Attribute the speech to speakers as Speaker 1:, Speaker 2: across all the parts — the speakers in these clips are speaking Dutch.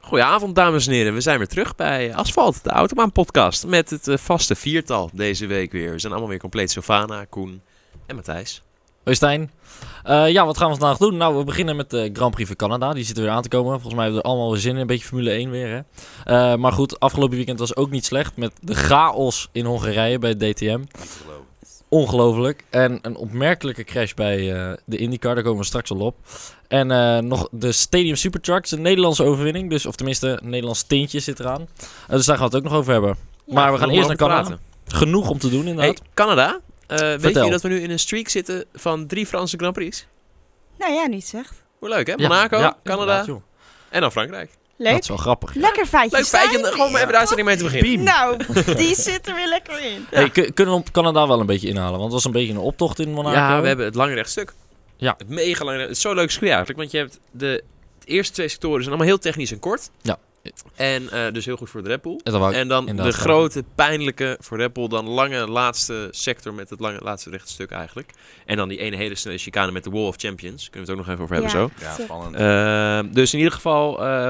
Speaker 1: Goedenavond, dames en heren. We zijn weer terug bij Asfalt, de Autobaan podcast. Met het eh, vaste viertal deze week weer. We zijn allemaal weer compleet Sylvana, Koen en Matthijs.
Speaker 2: Hoi Stijn. Eh, ja, wat gaan we vandaag doen? Nou, we beginnen met de Grand Prix van Canada. Die zit er weer aan te komen. Volgens mij hebben we er allemaal weer zin in. Een beetje Formule 1 weer, hè? Eh, maar goed, afgelopen weekend was ook niet slecht. Met de chaos in Hongarije bij het DTM. Ongelooflijk. En een opmerkelijke crash bij eh, de IndyCar. Daar komen we straks al op. En eh, nog de Stadium Supertrucks. Een Nederlandse overwinning. Dus, of tenminste, een Nederlands tintje zit eraan. Eh, dus daar gaan we het ook nog over hebben. maar we gaan eerst naar Canada. Genoeg om te doen, inderdaad.
Speaker 1: Hey, Canada. Eh, weet
Speaker 2: Vertel.
Speaker 1: je dat we nu in een streak zitten van drie Franse Grand Prix?
Speaker 3: Nou ja, niet zegt.
Speaker 1: Hoe leuk, hè?
Speaker 2: Ja,
Speaker 1: Monaco,
Speaker 2: ja,
Speaker 1: Canada
Speaker 2: inderdaad, joh.
Speaker 1: en dan Frankrijk.
Speaker 2: Dat
Speaker 3: Leuk.
Speaker 2: is wel grappig.
Speaker 3: Lekker feitje.
Speaker 1: Leuk feitje,
Speaker 3: Stijn.
Speaker 1: gewoon om even de uitzending mee te beginnen.
Speaker 2: Piem.
Speaker 3: Nou, die zit er weer lekker in.
Speaker 2: Hey, kun- kunnen we op Canada wel een beetje inhalen? Want het was een beetje een optocht in Monaco.
Speaker 1: Ja, we hebben het langrechtstuk.
Speaker 2: Ja.
Speaker 1: Het mega langrecht. Het is zo leuk circuit eigenlijk, want je hebt de, de eerste twee sectoren zijn allemaal heel technisch en kort.
Speaker 2: Ja.
Speaker 1: En eh, dus heel goed voor de Red Bull.
Speaker 2: En dat wou ik-
Speaker 1: En dan de
Speaker 2: Oh, inderdaad graag.
Speaker 1: grote, pijnlijke, voor Red Bull dan lange laatste sector met het lange laatste rechtstuk eigenlijk. En dan die ene hele snelle chicane met de Wall of Champions. Kunnen we het ook nog even over hebben zo.
Speaker 3: Ja.
Speaker 4: Ja,
Speaker 3: Zo.
Speaker 4: spannend.
Speaker 2: Eh,
Speaker 1: Ehm, dus in ieder geval, eh,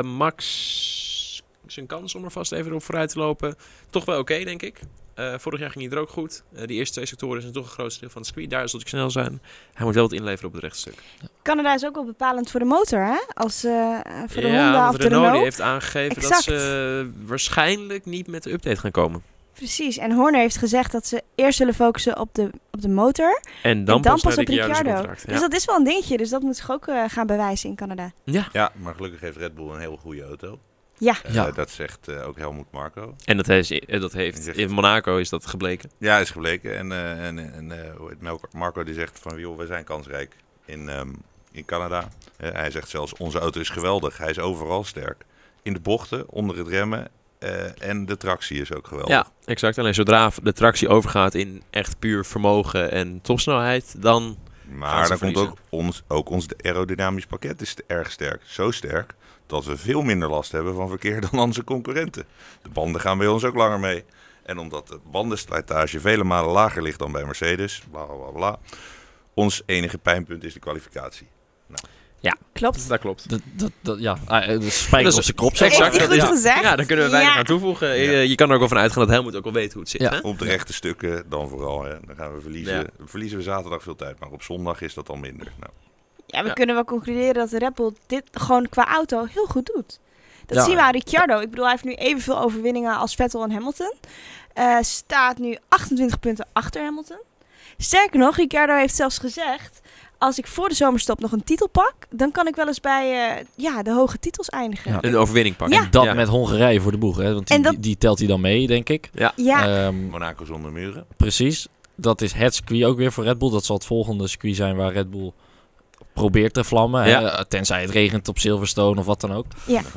Speaker 1: Max zijn kans om er vast even op vooruit te lopen. Toch wel oké, denk ik. Eh, vorig jaar ging hij er ook goed. Eh die eerste twee sectoren zijn toch een groot deel van het circuit. Daar zal ik snel zijn. Hij moet wel wat inleveren op het rechtstuk.
Speaker 3: Canada is ook wel bepalend voor de motor, hè? Als, eh, voor de
Speaker 1: ja,
Speaker 3: Honda
Speaker 1: want
Speaker 3: of
Speaker 1: Renault,
Speaker 3: de Renault.
Speaker 1: die heeft aangegeven dat
Speaker 3: Exact.
Speaker 1: ze eh, waarschijnlijk niet met de update gaan komen.
Speaker 3: Precies. En Horner heeft gezegd dat ze eerst zullen focussen op de, op de motor.
Speaker 1: En dan,
Speaker 3: en dan
Speaker 1: pas
Speaker 3: pas
Speaker 1: naar
Speaker 3: op
Speaker 1: dit jaar dus
Speaker 3: Ricciardo.
Speaker 1: contract.
Speaker 3: Dus
Speaker 1: Ja.
Speaker 3: dat is wel een dingetje. Dus dat moet zich ook eh, gaan bewijzen in Canada.
Speaker 1: Ja.
Speaker 4: Ja, maar gelukkig heeft Red Bull een heel goede auto.
Speaker 3: Ja.
Speaker 4: Eh,
Speaker 2: Ja.
Speaker 4: Dat zegt eh, ook Helmoet Marco.
Speaker 1: En dat heeft, eh, dat heeft
Speaker 4: Zegt-
Speaker 1: in Monaco is dat gebleken.
Speaker 4: Ja, is gebleken. En, eh, en, en eh, hoe heet Mel- Marco die zegt van, joh, we zijn kansrijk in, ehm, in Canada. Eh, hij zegt zelfs, onze auto is geweldig. Hij is overal sterk. In de bochten, onder het remmen. eh, en de tractie is ook geweldig.
Speaker 1: Ja, exact. Alleen zodra de tractie overgaat in echt puur vermogen en topsnelheid, dan Gaan
Speaker 4: Maar
Speaker 1: ze
Speaker 4: dan komt
Speaker 1: verliezen.
Speaker 4: ook ons, ook ons aerodynamisch pakket is erg sterk. Zo sterk dat we veel minder last hebben van verkeer dan onze concurrenten. De banden gaan bij ons ook langer mee. En omdat de bandenslijtage vele malen lager ligt dan bij Mercedes, bla bla bla bla. Ons enige pijnpunt is de kwalificatie.
Speaker 3: Klopt.
Speaker 1: dat klopt.
Speaker 2: Dat, dat, dat- ja, ah, eh, de spijker
Speaker 1: Dat
Speaker 2: op
Speaker 1: is-
Speaker 2: zijn kop. zeg
Speaker 3: Heeft
Speaker 1: Exact,
Speaker 2: maar.
Speaker 3: hij goed
Speaker 1: ja.
Speaker 3: gezegd?
Speaker 1: Ja, daar kunnen we weinig
Speaker 3: Ja.
Speaker 1: aan toevoegen. Eh,
Speaker 4: Ja.
Speaker 1: Je kan er ook wel van uitgaan dat Helmut ook al weet hoe het zit.
Speaker 2: Ja.
Speaker 1: Hè?
Speaker 4: Op de rechte stukken dan vooral. Hè. Dan gaan we verliezen. Verliezen we zaterdag veel tijd, maar op zondag is dat dan minder. Nou,
Speaker 3: Ja, we
Speaker 1: Ja.
Speaker 3: kunnen wel concluderen dat de Red Bull dit gewoon qua auto heel goed doet. Dat
Speaker 2: Ja.
Speaker 3: zien we aan Ricciardo. Ik bedoel, hij heeft nu evenveel overwinningen als Vettel en Hamilton. Eh, staat nu 28 punten achter Hamilton. Sterker nog, Ricciardo heeft zelfs gezegd... als ik voor de zomerstop nog een titel pak... dan kan ik wel eens bij eh, ja, de hoge titels eindigen. Ja,
Speaker 2: Ja.
Speaker 1: Een overwinning pakken.
Speaker 3: Ja.
Speaker 2: Dat met Hongarije voor de boeg. Hè? Want die,
Speaker 3: En dat-
Speaker 2: die, die telt hij dan mee, denk ik. Ehm,
Speaker 4: Monaco zonder muren.
Speaker 2: precies. Dat is het circuit ook weer voor Red Bull. Dat zal het volgende circuit zijn waar Red Bull probeert te vlammen.
Speaker 1: Ja.
Speaker 2: hè. Tenzij het regent op Silverstone of wat dan ook. Eh,
Speaker 4: Of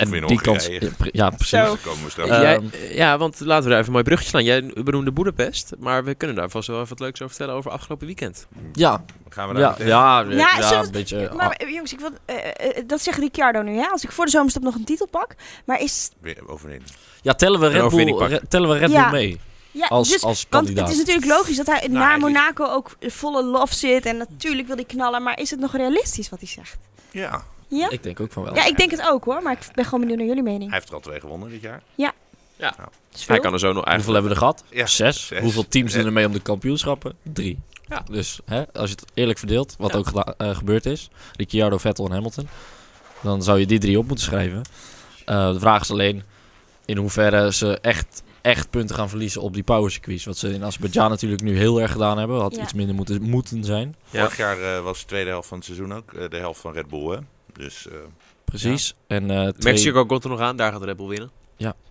Speaker 4: in
Speaker 2: en die kans...
Speaker 4: Hongarije.
Speaker 2: ja, pre- Ja, precies.
Speaker 3: Zo.
Speaker 4: Daar komen we straks.
Speaker 2: Eh,
Speaker 1: Jij-
Speaker 2: Ehm.
Speaker 1: ja, want laten we daar even een mooi bruggetje slaan. Jij benoemde Boedapest, maar we kunnen daar vast wel even wat leuks over vertellen over afgelopen weekend.
Speaker 2: Ja,
Speaker 4: gaan we daar
Speaker 2: ja,
Speaker 4: meteen-
Speaker 2: ja,
Speaker 3: Ja,
Speaker 2: ja,
Speaker 3: soms-
Speaker 2: een beetje... eh,
Speaker 3: Maar eh, jongens, ik wil, eh, eh, dat zegt Ricciardo nu. Hè? Als ik voor de zomerstop nog een titel pak... maar is...
Speaker 4: weer overheen.
Speaker 2: Ja, tellen we Red
Speaker 1: overwinning
Speaker 2: Bull,
Speaker 1: pakken.
Speaker 2: Red- tellen we Red
Speaker 3: Ja.
Speaker 2: Bull mee
Speaker 3: Ja,
Speaker 2: als,
Speaker 3: dus
Speaker 2: als
Speaker 3: Want
Speaker 2: kandidaat?
Speaker 3: het is natuurlijk logisch dat hij na
Speaker 4: eigenlijk-
Speaker 3: Monaco ook volle lof zit. En natuurlijk wil hij knallen. Maar is het nog realistisch wat hij zegt?
Speaker 4: Ja,
Speaker 3: Ja?
Speaker 2: Ik denk ook van wel.
Speaker 3: Ja, ik denk het ook hoor. Maar ik ben gewoon benieuwd naar jullie mening.
Speaker 4: hij heeft er al twee gewonnen dit jaar.
Speaker 3: Dat is
Speaker 1: Hij
Speaker 3: veel.
Speaker 1: kan er zo nog
Speaker 2: Hoeveel
Speaker 1: eigenlijk...
Speaker 2: hebben we er gehad?
Speaker 4: Ja,
Speaker 2: zes.
Speaker 4: zes.
Speaker 2: Hoeveel teams doen
Speaker 4: Ja.
Speaker 2: er mee om de kampioenschappen? Drie.
Speaker 1: Ja.
Speaker 2: Dus hè, als je het eerlijk verdeelt, wat
Speaker 1: Ja.
Speaker 2: ook geda- eh, gebeurd is, Ricciardo, Vettel en Hamilton, dan zou je die drie op moeten schrijven. Eh, de vraag is alleen in hoeverre ze echt, echt punten gaan verliezen op die powercircuits. Wat ze in Azerbeidzjan natuurlijk nu heel erg gedaan hebben, had
Speaker 3: Ja.
Speaker 2: iets minder moeten, moeten zijn.
Speaker 1: Ja.
Speaker 4: Vorig jaar eh, was de tweede helft van het seizoen ook eh, de helft van Red Bull, hè? Dus eh,
Speaker 2: Precies. En, eh, twee-
Speaker 1: Mexico komt er nog aan, daar gaat Red Bull winnen.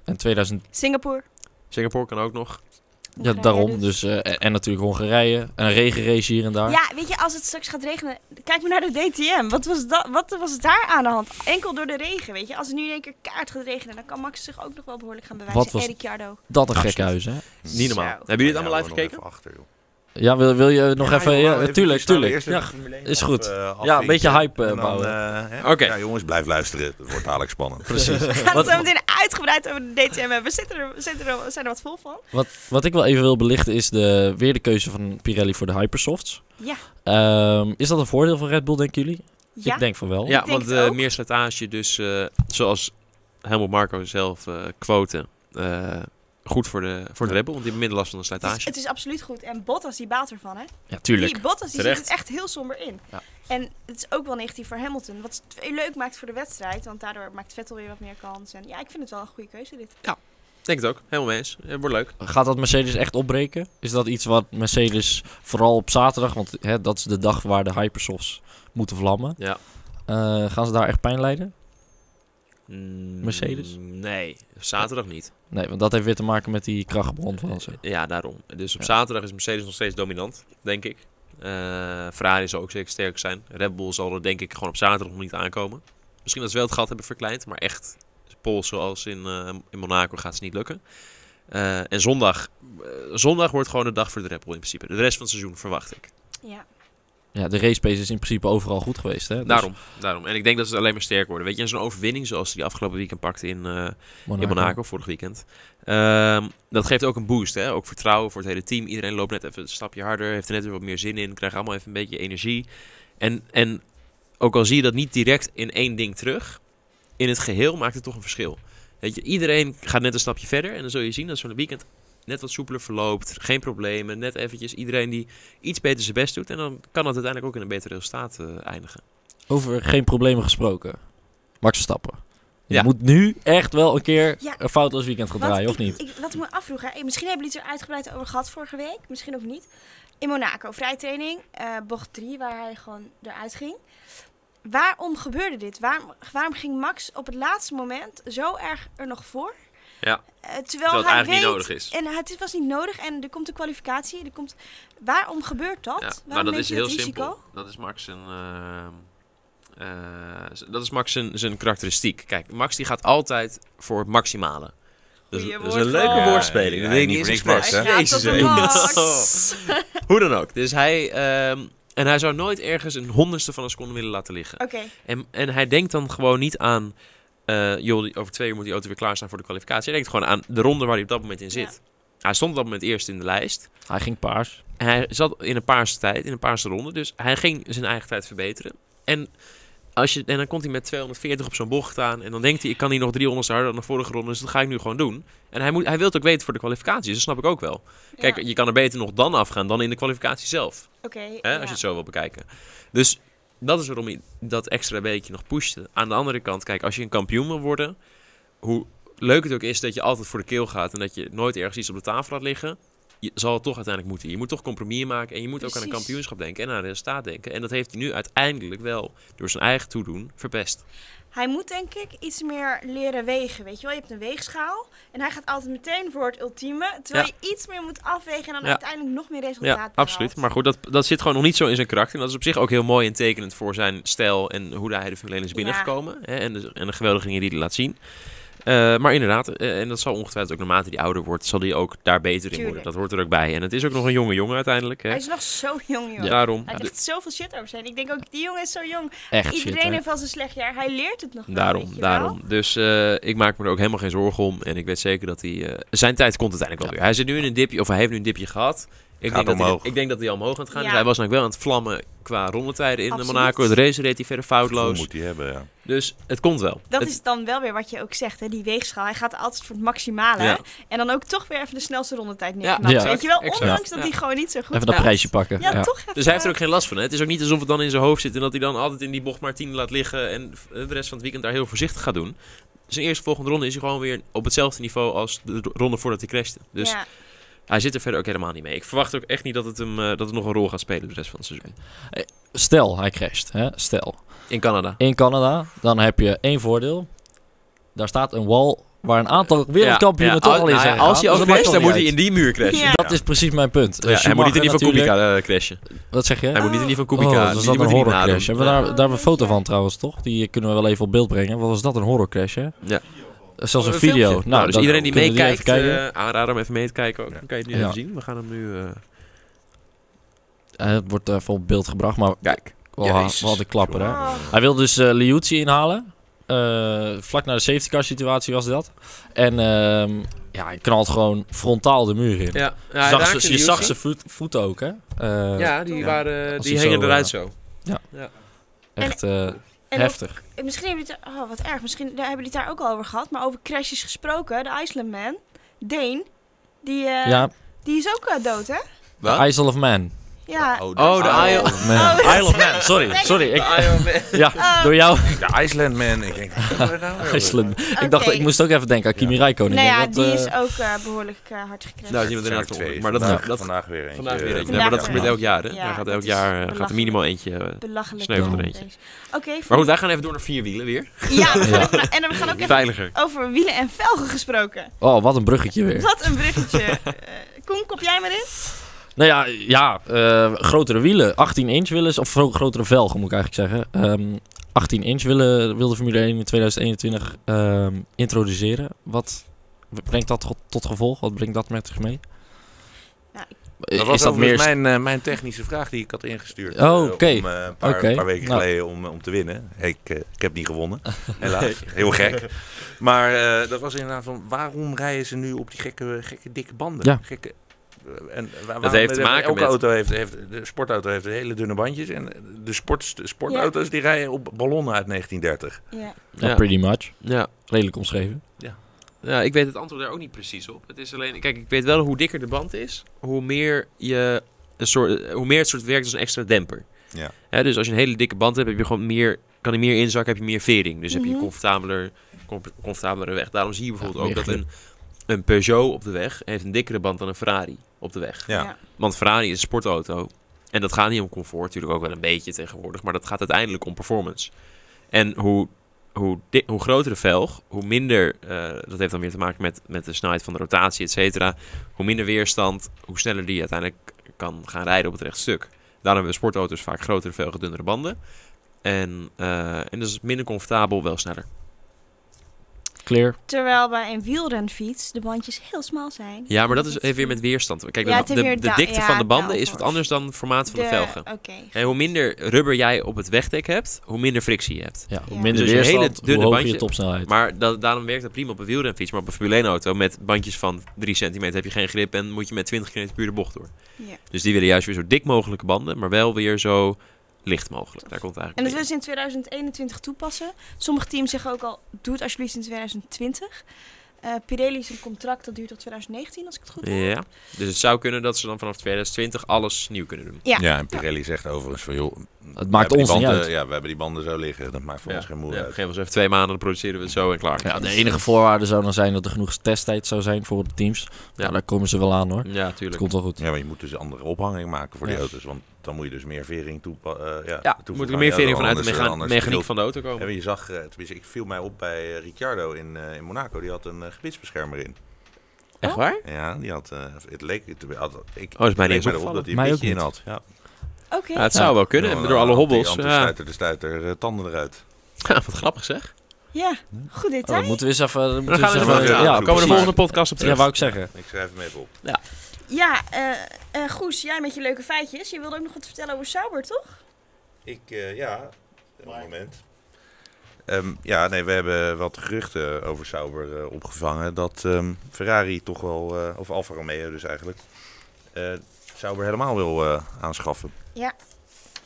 Speaker 2: en 2000,
Speaker 3: Singapore.
Speaker 1: Singapore kan ook nog.
Speaker 2: ja,
Speaker 3: Hongarije
Speaker 2: daarom.
Speaker 3: dus.
Speaker 2: Dus, eh, en, en natuurlijk Hongarije. En een regenrace hier en daar.
Speaker 3: Ja, weet je, als het straks gaat regenen, kijk maar naar de DTM. Wat was, dat, wat was daar aan de hand? Enkel door de regen, weet je. Als het nu in één keer kaart gaat regenen, dan kan Max zich ook nog wel behoorlijk gaan bewijzen.
Speaker 2: Wat was-
Speaker 3: En Ricciardo.
Speaker 2: Dat een
Speaker 1: Absoluut.
Speaker 2: gek huis, hè?
Speaker 1: Niet normaal.
Speaker 3: Zo.
Speaker 1: Hebben jullie het allemaal
Speaker 4: ja,
Speaker 1: live
Speaker 4: we nog
Speaker 1: gekeken?
Speaker 4: even Achter, joh.
Speaker 2: Ja, wil, wil je nog even...
Speaker 4: joh,
Speaker 2: Ja,
Speaker 4: even
Speaker 2: tuurlijk,
Speaker 4: snel
Speaker 2: tuurlijk.
Speaker 4: eerst
Speaker 2: Ja,
Speaker 4: even Formule 1
Speaker 2: is
Speaker 4: af,
Speaker 2: goed.
Speaker 4: eh,
Speaker 2: Ja, een beetje hype,
Speaker 4: afvinken.
Speaker 2: eh,
Speaker 4: En dan,
Speaker 2: bouwen.
Speaker 4: eh, hè?
Speaker 1: Oké.
Speaker 4: Ja, jongens, blijf luisteren. Het wordt dadelijk spannend.
Speaker 2: Precies.
Speaker 3: We gaan het
Speaker 2: Wat-
Speaker 3: zo meteen uitgebreid over de DTM hebben. Zitten er, zitten er, zijn er wat vol van?
Speaker 2: Wat, wat ik wel even wil belichten is de, weer de keuze van Pirelli voor de Hypersofts.
Speaker 3: Ja.
Speaker 2: Ehm, is dat een voordeel van Red Bull, denken jullie?
Speaker 3: Ja.
Speaker 2: Ik denk van wel.
Speaker 1: Ja,
Speaker 3: denk
Speaker 1: want
Speaker 3: het
Speaker 1: eh,
Speaker 3: ook.
Speaker 1: meer slijtage dus eh, zoals Helmut Marco zelf eh quoten. eh, goed voor de, voor de
Speaker 2: Ja.
Speaker 1: Red Bull, want die hebben minder last van een
Speaker 3: Het is,
Speaker 1: slijtage.
Speaker 3: het is absoluut goed. En Bottas die baat ervan, hè?
Speaker 2: Ja, tuurlijk.
Speaker 3: Die Bottas die zit
Speaker 1: Terecht.
Speaker 3: het echt heel somber in.
Speaker 2: Ja.
Speaker 3: En het is ook wel negatief voor Hamilton. Wat het heel leuk maakt voor de wedstrijd. Want daardoor maakt Vettel weer wat meer kans. En ja, ik vind het wel een goede keuze dit.
Speaker 1: Ik Denk het ook. Helemaal mee eens. Eh, wordt leuk.
Speaker 2: Gaat dat Mercedes echt opbreken? Is dat iets wat Mercedes vooral op zaterdag, want hè, dat is de dag waar de hypersofts moeten vlammen.
Speaker 1: Ja.
Speaker 2: Eh, gaan ze daar echt pijn lijden?
Speaker 1: Mm,
Speaker 2: Mercedes?
Speaker 1: Nee, zaterdag niet.
Speaker 2: Nee, want dat heeft weer te maken met die krachtbron van ze.
Speaker 1: Ja, daarom. Dus op
Speaker 2: Ja.
Speaker 1: zaterdag is Mercedes nog steeds dominant, denk ik. Eh, Ferrari zal ook zeker sterk zijn. Red Bull zal er denk ik gewoon op zaterdag nog niet aankomen. Misschien dat ze wel het gat hebben verkleind, maar echt Pols zoals in, eh, in Monaco gaat ze niet lukken. Eh, en zondag, eh, zondag wordt gewoon de dag voor de Red Bull in principe. De rest van het seizoen verwacht ik.
Speaker 3: Ja.
Speaker 2: Ja, de race pace is in principe overal goed geweest. Hè? Dus
Speaker 1: Daarom, daarom. En ik denk dat ze alleen maar sterk worden. Weet je, en zo'n overwinning zoals ze die afgelopen weekend pakte in, eh, in Monaco vorig weekend. Ehm, dat geeft ook een boost, hè? ook vertrouwen voor het hele team. Iedereen loopt net even een stapje harder, heeft er net weer wat meer zin in, krijgt allemaal even een beetje energie. En, en ook al zie je dat niet direct in één ding terug, in het geheel maakt het toch een verschil. Weet je, iedereen gaat net een stapje verder en dan zul je zien dat zo'n weekend net wat soepeler verloopt, geen problemen, net eventjes iedereen die iets beter zijn best doet. En dan kan dat uiteindelijk ook in een beter resultaat eh, eindigen.
Speaker 2: Over geen problemen gesproken. Max Verstappen. Je
Speaker 1: Ja.
Speaker 2: moet nu echt wel een keer
Speaker 3: Ja.
Speaker 2: een foutloos weekend gaan
Speaker 3: Want
Speaker 2: draaien, of
Speaker 3: ik-
Speaker 2: niet?
Speaker 3: Ik, wat ik me afvroeg, hè, misschien hebben jullie het er uitgebreid over gehad vorige week, misschien ook niet. In Monaco, vrijtraining, eh bocht 3, waar hij gewoon eruit ging. Waarom gebeurde dit? Waarom, waarom ging Max op het laatste moment zo erg er nog voor?
Speaker 1: Ja.
Speaker 3: Eh, terwijl
Speaker 1: Terwijl het
Speaker 3: hij
Speaker 1: eigenlijk
Speaker 3: weet-
Speaker 1: niet nodig is.
Speaker 3: En eh, het was niet nodig en er komt de kwalificatie. Er komt... Waarom gebeurt dat?
Speaker 1: Ja,
Speaker 3: Waarom
Speaker 1: nou, dat
Speaker 3: neem
Speaker 1: is
Speaker 3: je
Speaker 1: heel
Speaker 3: risico?
Speaker 1: simpel. Dat is Max een. ehm, eh, z- dat is Max zijn, zijn karakteristiek. Kijk, Max die gaat altijd voor het maximale. Dat is,
Speaker 3: Goeie
Speaker 1: dat is een
Speaker 3: woordval.
Speaker 1: leuke
Speaker 3: Ja,
Speaker 1: woordspeling.
Speaker 4: ja,
Speaker 1: dat deed
Speaker 4: niet
Speaker 1: ik
Speaker 4: voor
Speaker 1: niet
Speaker 4: niks
Speaker 1: expres.
Speaker 4: Max, hè?
Speaker 3: Hij gaat op de
Speaker 1: Jezus,
Speaker 3: Max.
Speaker 1: hé. Hoe dan ook. Dus hij. ehm, en hij zou nooit ergens een honderdste van een seconde willen laten liggen.
Speaker 3: Oké,
Speaker 1: En, en hij denkt dan gewoon niet aan. eh, joh, die- over twee uur moet die auto weer klaarstaan voor de kwalificatie. Hij denkt gewoon aan de ronde waar hij op dat moment in zit. Hij stond op dat moment eerst in de lijst.
Speaker 2: Hij ging paars.
Speaker 1: En Hij zat in een paarse tijd, in een paarse ronde. Dus hij ging zijn eigen tijd verbeteren. En, als je, en dan komt hij met 240 op zijn bocht aan. En dan denkt hij, ik kan hier nog 300 harder dan de vorige ronde. Dus dat ga ik nu gewoon doen. En hij, moet, hij wil het ook weten voor de kwalificaties. Dat snap ik ook wel. Kijk,
Speaker 3: ja,
Speaker 1: je kan er beter nog dan afgaan dan in de kwalificatie zelf.
Speaker 3: oké,
Speaker 1: Hè,
Speaker 3: ja.
Speaker 1: Als je het zo wil bekijken. Dus dat is waarom hij dat extra beetje nog pushte. Aan de andere kant, kijk, als je een kampioen wil worden... Hoe leuk het ook is dat je altijd voor de keel gaat... en dat je nooit ergens iets op de tafel laat liggen... Je zal het toch uiteindelijk moeten. Je moet toch compromis maken. En je moet ook aan een
Speaker 3: Precies.
Speaker 1: kampioenschap denken. En aan een resultaat denken. En dat heeft hij nu uiteindelijk wel door zijn eigen toedoen verpest.
Speaker 3: Hij moet denk ik iets meer leren wegen, weet je wel? Je hebt een weegschaal en hij gaat altijd meteen voor het ultieme, terwijl
Speaker 1: Ja.
Speaker 3: je iets meer moet afwegen en dan
Speaker 1: Ja.
Speaker 3: uiteindelijk nog meer resultaat
Speaker 1: Ja,
Speaker 3: behaalt.
Speaker 1: absoluut. Maar goed, dat, dat zit gewoon nog niet zo in zijn karakter. En dat is op zich ook heel mooi en tekenend voor zijn stijl en hoe hij de Formule 1 is
Speaker 3: Ja.
Speaker 1: binnengekomen. Hè, en, de, en de geweldige dingen die hij laat zien. Eh, maar inderdaad, eh, en dat zal ongetwijfeld ook naarmate hij ouder wordt, zal hij ook daar beter in worden.
Speaker 3: Tuurlijk.
Speaker 1: Dat hoort er ook bij. En het is ook nog een jonge jongen uiteindelijk. Hè.
Speaker 3: Hij is nog zo jong, joh.
Speaker 1: Daarom.
Speaker 3: Hij
Speaker 1: de-
Speaker 3: heeft zoveel shit over zijn. Ik denk ook, die jongen is zo jong.
Speaker 2: Echt
Speaker 3: Iedereen
Speaker 2: shit, hè?
Speaker 3: heeft wel zijn slecht jaar. Hij leert het nog wel,
Speaker 1: Daarom,
Speaker 3: weet je wel.
Speaker 1: daarom. Dus eh, ik maak me er ook helemaal geen zorgen om. En ik weet zeker dat hij... eh, zijn tijd komt uiteindelijk wel weer. Hij zit nu in een dipje, of hij heeft nu een dipje gehad. Ik,
Speaker 4: Gaat
Speaker 1: denk dat, hij,
Speaker 4: omhoog.
Speaker 1: ik denk dat hij al omhoog gaat gaan.
Speaker 3: Ja.
Speaker 1: Dus hij was namelijk wel aan het vlammen qua rondetijden in
Speaker 3: Absoluut.
Speaker 1: Monaco. De race reed hij verder
Speaker 4: Gevoel
Speaker 1: foutloos.
Speaker 4: moet hij hebben, ja.
Speaker 1: Dus het komt wel.
Speaker 3: Dat
Speaker 1: Het-
Speaker 3: is dan wel weer wat je ook zegt, hè? die weegschaal. Hij gaat altijd voor het maximale.
Speaker 1: Ja.
Speaker 3: En dan ook toch weer even de snelste rondetijd
Speaker 1: Ja,
Speaker 3: neerknappen.
Speaker 2: ja.
Speaker 3: Weet je wel,
Speaker 1: Exact.
Speaker 3: ondanks
Speaker 1: Ja.
Speaker 3: dat hij gewoon niet zo goed
Speaker 2: Even dat
Speaker 1: Ja.
Speaker 2: prijsje pakken.
Speaker 3: Ja,
Speaker 2: Ja.
Speaker 3: toch even...
Speaker 1: Dus hij heeft er ook geen last van. Hè? Het is ook niet alsof het dan in zijn hoofd zit en dat hij dan altijd in die bocht maar 10 laat liggen en eh, de rest van het weekend daar heel voorzichtig gaat doen. Zijn eerste volgende ronde is hij gewoon weer op hetzelfde niveau als de ro- ronde voordat hij crashte. Dus
Speaker 3: Ja.
Speaker 1: hij zit er verder ook helemaal niet mee. Ik verwacht ook echt niet dat het, hem, eh, dat het nog een rol gaat spelen de rest van het seizoen.
Speaker 2: Stel, hij crasht. Hè? Stel.
Speaker 1: In Canada.
Speaker 2: in Canada, dan heb je één voordeel. Daar staat een wall waar een aantal wereldkampioenen
Speaker 1: Ja, ja,
Speaker 2: toch
Speaker 1: al-
Speaker 2: al in
Speaker 1: nou ja,
Speaker 2: zijn.
Speaker 1: Als hij
Speaker 2: gegaan,
Speaker 1: ook
Speaker 2: dus dat maakt
Speaker 1: crasht,
Speaker 2: toch
Speaker 1: dan moet
Speaker 2: niet
Speaker 1: hij in
Speaker 2: uit.
Speaker 1: die muur crashen.
Speaker 3: Ja.
Speaker 2: Dat is precies mijn punt. Eh,
Speaker 1: Ja, hij moet niet in die van
Speaker 2: Schumacher natuurlijk-
Speaker 1: Kubica eh, crashen.
Speaker 2: Wat zeg je?
Speaker 1: Hij moet niet in die van
Speaker 2: Oh,
Speaker 1: Kubica.
Speaker 2: dat is
Speaker 1: die
Speaker 2: dat
Speaker 1: moet
Speaker 2: een
Speaker 1: hij niet
Speaker 2: horrorcrash.
Speaker 1: nadoen.
Speaker 2: Hebben
Speaker 1: Ja.
Speaker 2: we daar, daar hebben we een foto van trouwens, toch? Die eh, kunnen we wel even op beeld brengen. Wat was dat, een horrorcrash, hè?
Speaker 1: Ja.
Speaker 2: Eh, Zelfs een,
Speaker 1: Oh,
Speaker 2: video.
Speaker 1: filmpje. Nou, dus
Speaker 2: dan
Speaker 1: iedereen die
Speaker 2: kunnen we
Speaker 1: meekijkt,
Speaker 2: even kijken.
Speaker 1: eh, aanrader om even mee te kijken. Ook. Dan kan je het nu
Speaker 2: Ja.
Speaker 1: even zien. We gaan hem nu... eh,
Speaker 2: Eh, het wordt eh, op beeld gebracht, maar
Speaker 1: Kijk.
Speaker 2: wel ha-
Speaker 1: Jezus.
Speaker 2: wel de klapper, hè?
Speaker 3: Oh.
Speaker 2: Hij wilde dus eh Liuzzi inhalen. Eh, vlak na de safety car situatie was dat. En ehm, ja, hij knalt gewoon frontaal de muur in.
Speaker 1: Ja, ja, hij
Speaker 2: zag
Speaker 1: raakte
Speaker 2: ze-
Speaker 1: die
Speaker 2: je zag
Speaker 1: Yuzi.
Speaker 2: zijn voet, voeten ook, hè? Eh,
Speaker 1: Ja, die,
Speaker 3: Ja.
Speaker 1: Waren,
Speaker 2: Als
Speaker 1: die eh,
Speaker 2: hij
Speaker 1: hingen
Speaker 2: zo,
Speaker 1: eruit
Speaker 2: eh,
Speaker 1: zo.
Speaker 2: Echt, eh,
Speaker 3: En
Speaker 2: Heftig.
Speaker 3: ook- misschien hebben jullie het... Oh, wat erg. Misschien daar hebben jullie het daar ook al over gehad. Maar over crashes gesproken. De Icelandman, Deen, die, eh,
Speaker 2: ja,
Speaker 3: die is ook eh, dood, hè?
Speaker 2: The Isle of Man.
Speaker 3: Ja.
Speaker 1: Oh, de Isle
Speaker 4: Isle-
Speaker 1: of
Speaker 2: Man.
Speaker 3: Oh,
Speaker 1: Isle of Man, sorry.
Speaker 2: Sorry, ik,
Speaker 4: De
Speaker 2: ja,
Speaker 3: Oh.
Speaker 2: door jou.
Speaker 4: Icelandman. Ik denk, wat hebben we nou weer?
Speaker 2: Iceland. Ik dacht,
Speaker 3: Oké.
Speaker 2: ik moest ook even denken aan Kimi Räikkönen.
Speaker 3: Nou
Speaker 2: Ik
Speaker 3: ja,
Speaker 2: denk dat,
Speaker 3: die
Speaker 2: eh,
Speaker 3: is ook eh, behoorlijk eh, hard gecrashed.
Speaker 1: Daar is
Speaker 4: Er
Speaker 1: iemand
Speaker 4: zijn er
Speaker 1: inderdaad
Speaker 4: twee.
Speaker 1: ongeluk. Maar dat,
Speaker 4: vandaag,
Speaker 1: dat,
Speaker 4: vandaag weer eentje.
Speaker 1: vandaag weer eentje.
Speaker 3: Vandaag
Speaker 1: Ja, maar dat
Speaker 3: weer.
Speaker 1: gebeurt elk jaar, hè?
Speaker 3: Ja,
Speaker 1: daar gaat
Speaker 3: dat
Speaker 1: elk
Speaker 3: is
Speaker 1: jaar eh, gaat er
Speaker 3: belachelijk.
Speaker 1: minimaal eentje... eh.
Speaker 3: Belachelijk.
Speaker 1: Sneuvelt
Speaker 2: er
Speaker 3: ja.
Speaker 1: eentje.
Speaker 3: Oké, voor-
Speaker 1: Maar goed, wij gaan even door naar vier wielen weer.
Speaker 3: ja, we gaan
Speaker 2: Ja.
Speaker 3: even- en dan we gaan ook even
Speaker 1: Veiliger.
Speaker 3: over wielen en velgen gesproken.
Speaker 2: Oh, wat een bruggetje weer.
Speaker 3: Wat een bruggetje. Eh, Koen, kop jij maar in?
Speaker 2: Nou ja, ja eh, grotere wielen. 18 inch willen ze, of gro- grotere velgen moet ik eigenlijk zeggen. Ehm, 18 inch willen, wil de Formule 1 in 2021 ehm, introduceren. Wat brengt dat tot- tot gevolg? Wat brengt dat met zich mee?
Speaker 3: Nou, ik-
Speaker 4: Dat was
Speaker 2: is dat meer...
Speaker 4: overigens mijn, eh, mijn technische vraag die ik had ingestuurd.
Speaker 2: Oh,
Speaker 4: eh,
Speaker 2: oké.
Speaker 4: om, eh, een paar,
Speaker 2: Oké.
Speaker 4: paar weken
Speaker 2: Nou.
Speaker 4: geleden om, om te winnen. Ik, eh, ik heb niet gewonnen. Helaas. Heel gek. Maar eh, dat was inderdaad van waarom rijden ze nu op die gekke, gekke dikke banden?
Speaker 2: Ja.
Speaker 4: Gekke, eh, en, waar- waarom-
Speaker 1: heeft te maken
Speaker 4: elke
Speaker 1: met-
Speaker 4: Auto heeft, heeft, de sportauto heeft hele dunne bandjes. En de sport, sportauto's die rijden op ballonnen uit 1930.
Speaker 3: ja.
Speaker 2: Ja,
Speaker 1: Ja.
Speaker 2: pretty much.
Speaker 1: Ja.
Speaker 2: Redelijk omschreven.
Speaker 1: ja, ik weet het antwoord daar ook niet precies op. Het is alleen... Kijk, ik weet wel hoe dikker de band is, hoe meer, je een soort, eh, hoe meer het soort werkt als een extra demper.
Speaker 4: Ja.
Speaker 1: Hè, dus als je een hele dikke band hebt, heb je gewoon meer, kan hij meer inzakken, heb je meer vering. Dus heb je
Speaker 3: Mhm.
Speaker 1: een comfortabeler, com- comfortabelere weg. Daarom zie je bijvoorbeeld
Speaker 2: Ja,
Speaker 1: ook
Speaker 2: meer
Speaker 1: dat een, een Peugeot op de weg heeft een dikkere band dan een Ferrari op de weg.
Speaker 4: Ja.
Speaker 1: Want Ferrari is een sportauto. En dat gaat niet om comfort, natuurlijk ook wel een beetje tegenwoordig. Maar dat gaat uiteindelijk om performance. En hoe, hoe, di- hoe groter de velg, hoe minder. eh, dat heeft dan weer te maken met, met de snelheid van de rotatie, et cetera. Hoe minder weerstand, hoe sneller die uiteindelijk kan gaan rijden op het rechte stuk. Daarom hebben sportauto's vaak grotere velgen, dunnere banden. En, eh, en dus minder comfortabel, wel sneller.
Speaker 2: Clear.
Speaker 3: Terwijl bij een wielrenfiets de bandjes heel smal zijn.
Speaker 1: Ja, maar dat is even weer met weerstand. Kijk,
Speaker 3: Ja, het
Speaker 1: de,
Speaker 3: heeft
Speaker 1: de,
Speaker 3: weer
Speaker 1: de
Speaker 3: da-
Speaker 1: dikte
Speaker 3: ja,
Speaker 1: van de banden is wat
Speaker 3: downforce.
Speaker 1: anders dan de formaat van de,
Speaker 3: De-
Speaker 1: velgen.
Speaker 3: Oké.
Speaker 1: En hoe minder rubber jij op het wegdek hebt, hoe minder frictie je hebt.
Speaker 2: Ja, hoe
Speaker 3: Ja.
Speaker 2: minder
Speaker 1: Dus een hele
Speaker 2: weerstand, hoe
Speaker 1: dunne
Speaker 2: hoger je
Speaker 1: bandje.
Speaker 2: topsnelheid.
Speaker 1: Maar dat, daarom werkt dat prima op een wielrenfiets. Maar op een Formule 1 auto met bandjes van 3 centimeter heb je geen grip en moet je met 20 km per uur de bocht door.
Speaker 3: Ja.
Speaker 1: Dus die willen juist weer zo dik mogelijke banden, maar wel weer zo licht mogelijk. Daar komt het
Speaker 3: En
Speaker 1: eigenlijk
Speaker 3: dat
Speaker 1: op
Speaker 3: willen ze in 2021 toepassen. Sommige teams zeggen ook al, doe het alsjeblieft in 2020. Eh Pirelli is een contract dat duurt tot 2019, als ik het goed
Speaker 1: neer.
Speaker 3: heb.
Speaker 1: Ja, dus het zou kunnen dat ze dan vanaf 2020 alles nieuw kunnen doen.
Speaker 3: Ja.
Speaker 4: en Pirelli zegt overigens van joh...
Speaker 2: Het maakt ons niet uit.
Speaker 4: Ja, we hebben die banden zo liggen. Dat maakt voor ons geen moer
Speaker 1: Ja,
Speaker 4: uit.
Speaker 1: geef ons even twee maanden, dan produceren we het zo en klaar.
Speaker 2: Ja, de enige voorwaarde zou dan zijn dat er genoeg testtijd zou zijn voor de teams. Ja,
Speaker 1: Ja.
Speaker 2: daar komen ze wel aan hoor.
Speaker 1: Ja,
Speaker 2: Het
Speaker 1: tuurlijk.
Speaker 2: komt wel goed.
Speaker 4: Ja, maar je moet dus een andere ophanging maken voor die
Speaker 2: Ja.
Speaker 4: auto's. Want dan moet je dus meer vering toepassen. ja,
Speaker 1: Ja,
Speaker 4: toevoegen
Speaker 1: moet er meer
Speaker 4: aan die
Speaker 1: vering
Speaker 4: auto,
Speaker 1: vanuit de
Speaker 4: anders- eh,
Speaker 1: mechan-
Speaker 4: anders
Speaker 1: mechaniek
Speaker 4: scheelt-
Speaker 1: van de auto komen.
Speaker 4: Ja, maar je zag, eh, tenminste, ik viel mij op bij eh, Ricciardo in, eh, in Monaco. Die had een eh, gebitsbeschermer in.
Speaker 1: Echt waar?
Speaker 4: Ja, die had, eh, het leek, het had, ik,
Speaker 1: Oh, is mij niet eens
Speaker 4: leek mij erop
Speaker 1: opgevallen.
Speaker 4: dat hij
Speaker 2: Mij
Speaker 4: een
Speaker 2: ook
Speaker 4: beetje
Speaker 2: niet.
Speaker 4: in had. Ja.
Speaker 3: Oké.
Speaker 1: Ja, het
Speaker 2: Ja.
Speaker 1: zou wel kunnen,
Speaker 4: Dan,
Speaker 1: door alle
Speaker 4: eh,
Speaker 1: hobbels.
Speaker 4: had die
Speaker 1: Ja.
Speaker 4: anti-stuiter, de stuiter, eh, tanden eruit.
Speaker 1: Ja, wat grappig zeg.
Speaker 3: Ja, goed
Speaker 2: Oh,
Speaker 3: detail.
Speaker 2: dan moeten we eens even... Dan
Speaker 1: Dan
Speaker 2: moeten
Speaker 1: gaan we
Speaker 2: eens
Speaker 1: eens
Speaker 4: wel
Speaker 2: even-
Speaker 1: even-
Speaker 4: even
Speaker 1: ja,
Speaker 2: ja,
Speaker 1: komen we de
Speaker 4: precies.
Speaker 1: volgende podcast op terug.
Speaker 2: Ja, wou ik zeggen.
Speaker 4: Ik schrijf hem even op.
Speaker 3: Ja, eh, eh, Goes, jij met je leuke feitjes. Je wilde ook nog wat vertellen over Sauber, toch?
Speaker 4: Ik, eh, ja, een moment. Ehm, ja, nee, we hebben wat geruchten over Sauber eh, opgevangen. Dat ehm, Ferrari toch wel, eh, of Alfa Romeo dus eigenlijk, eh, Sauber helemaal wil eh, aanschaffen.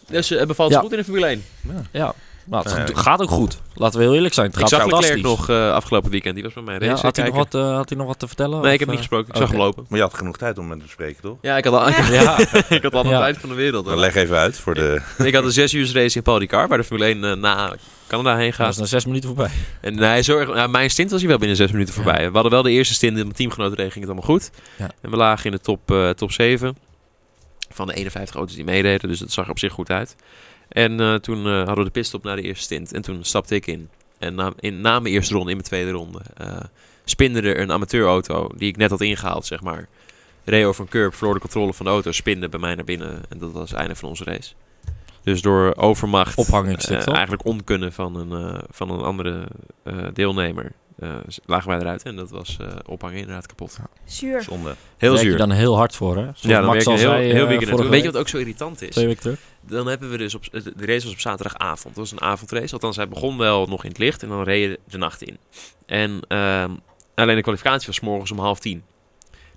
Speaker 1: Dus eh, bevalt het
Speaker 2: Ja.
Speaker 1: goed in de Formule 1?
Speaker 2: Ja, nou, het
Speaker 4: Nee.
Speaker 2: gaat- gaat ook goed. Laten we heel eerlijk zijn. Het
Speaker 1: Ik
Speaker 2: gaat
Speaker 1: zag
Speaker 2: fantastisch.
Speaker 1: Leclerc nog eh, afgelopen weekend. Die was bij mij
Speaker 2: Ja,
Speaker 1: race
Speaker 2: had, hij nog
Speaker 1: kijken.
Speaker 2: wat, eh, had hij nog wat te vertellen?
Speaker 1: Nee,
Speaker 2: Of,
Speaker 1: ik heb niet
Speaker 2: eh,
Speaker 1: gesproken. Ik
Speaker 2: oké.
Speaker 1: zag hem lopen.
Speaker 4: Maar je had genoeg tijd om met hem te spreken, toch?
Speaker 1: Ja, ik had al, ik had,
Speaker 2: Ja,
Speaker 1: ik had al
Speaker 2: Ja.
Speaker 1: de tijd van de wereld.
Speaker 4: Dan
Speaker 1: hoor.
Speaker 4: leg even uit voor de...
Speaker 1: Ik had een zes uur race in Paul Ricard, waar de Formule 1 eh, naar Canada heen
Speaker 2: dat
Speaker 1: gaat.
Speaker 2: is na zes minuten voorbij.
Speaker 1: En hij is zo erg- nou, mijn stint was hij wel binnen zes minuten
Speaker 2: Ja.
Speaker 1: voorbij. We hadden wel de eerste stint in mijn teamgenotenregen, ging het allemaal goed.
Speaker 2: Ja.
Speaker 1: En we lagen in de top, eh, top 7 van de 51 auto's die meededen. Dus dat zag er op zich goed uit. En eh, toen eh, hadden we de pitstop na de eerste stint. En toen stapte ik in. En na, in, na mijn eerste ronde, in mijn tweede ronde, eh, spinde er een amateurauto die ik net had ingehaald, zeg maar. Reo van Curb verloor de controle van de auto, spinde bij mij naar binnen. En dat was het einde van onze race. Dus door overmacht,
Speaker 2: Ophangingstuk,
Speaker 1: eh,
Speaker 2: toch?
Speaker 1: eigenlijk onkunnen van een, eh, van een andere eh, deelnemer, eh, z- lagen wij eruit. En dat was eh, ophangen inderdaad kapot.
Speaker 3: Zuur.
Speaker 4: Zonde.
Speaker 1: Heel
Speaker 2: Daar werk
Speaker 1: zuur.
Speaker 2: je dan heel hard voor, hè? Zoals
Speaker 1: ja, dan
Speaker 2: Max
Speaker 1: werk je
Speaker 2: al
Speaker 1: heel,
Speaker 2: zei, eh,
Speaker 1: heel weekend
Speaker 2: vorige
Speaker 1: naartoe. Weet je
Speaker 2: week,
Speaker 1: wat ook zo irritant is?
Speaker 2: Twee weken terug.
Speaker 1: Dan hebben we dus op, de race was op zaterdagavond. Dat was een avondrace. Althans, hij begon wel nog in het licht en dan reed je de nacht in. En ehm, alleen de kwalificatie was 's morgens om half tien.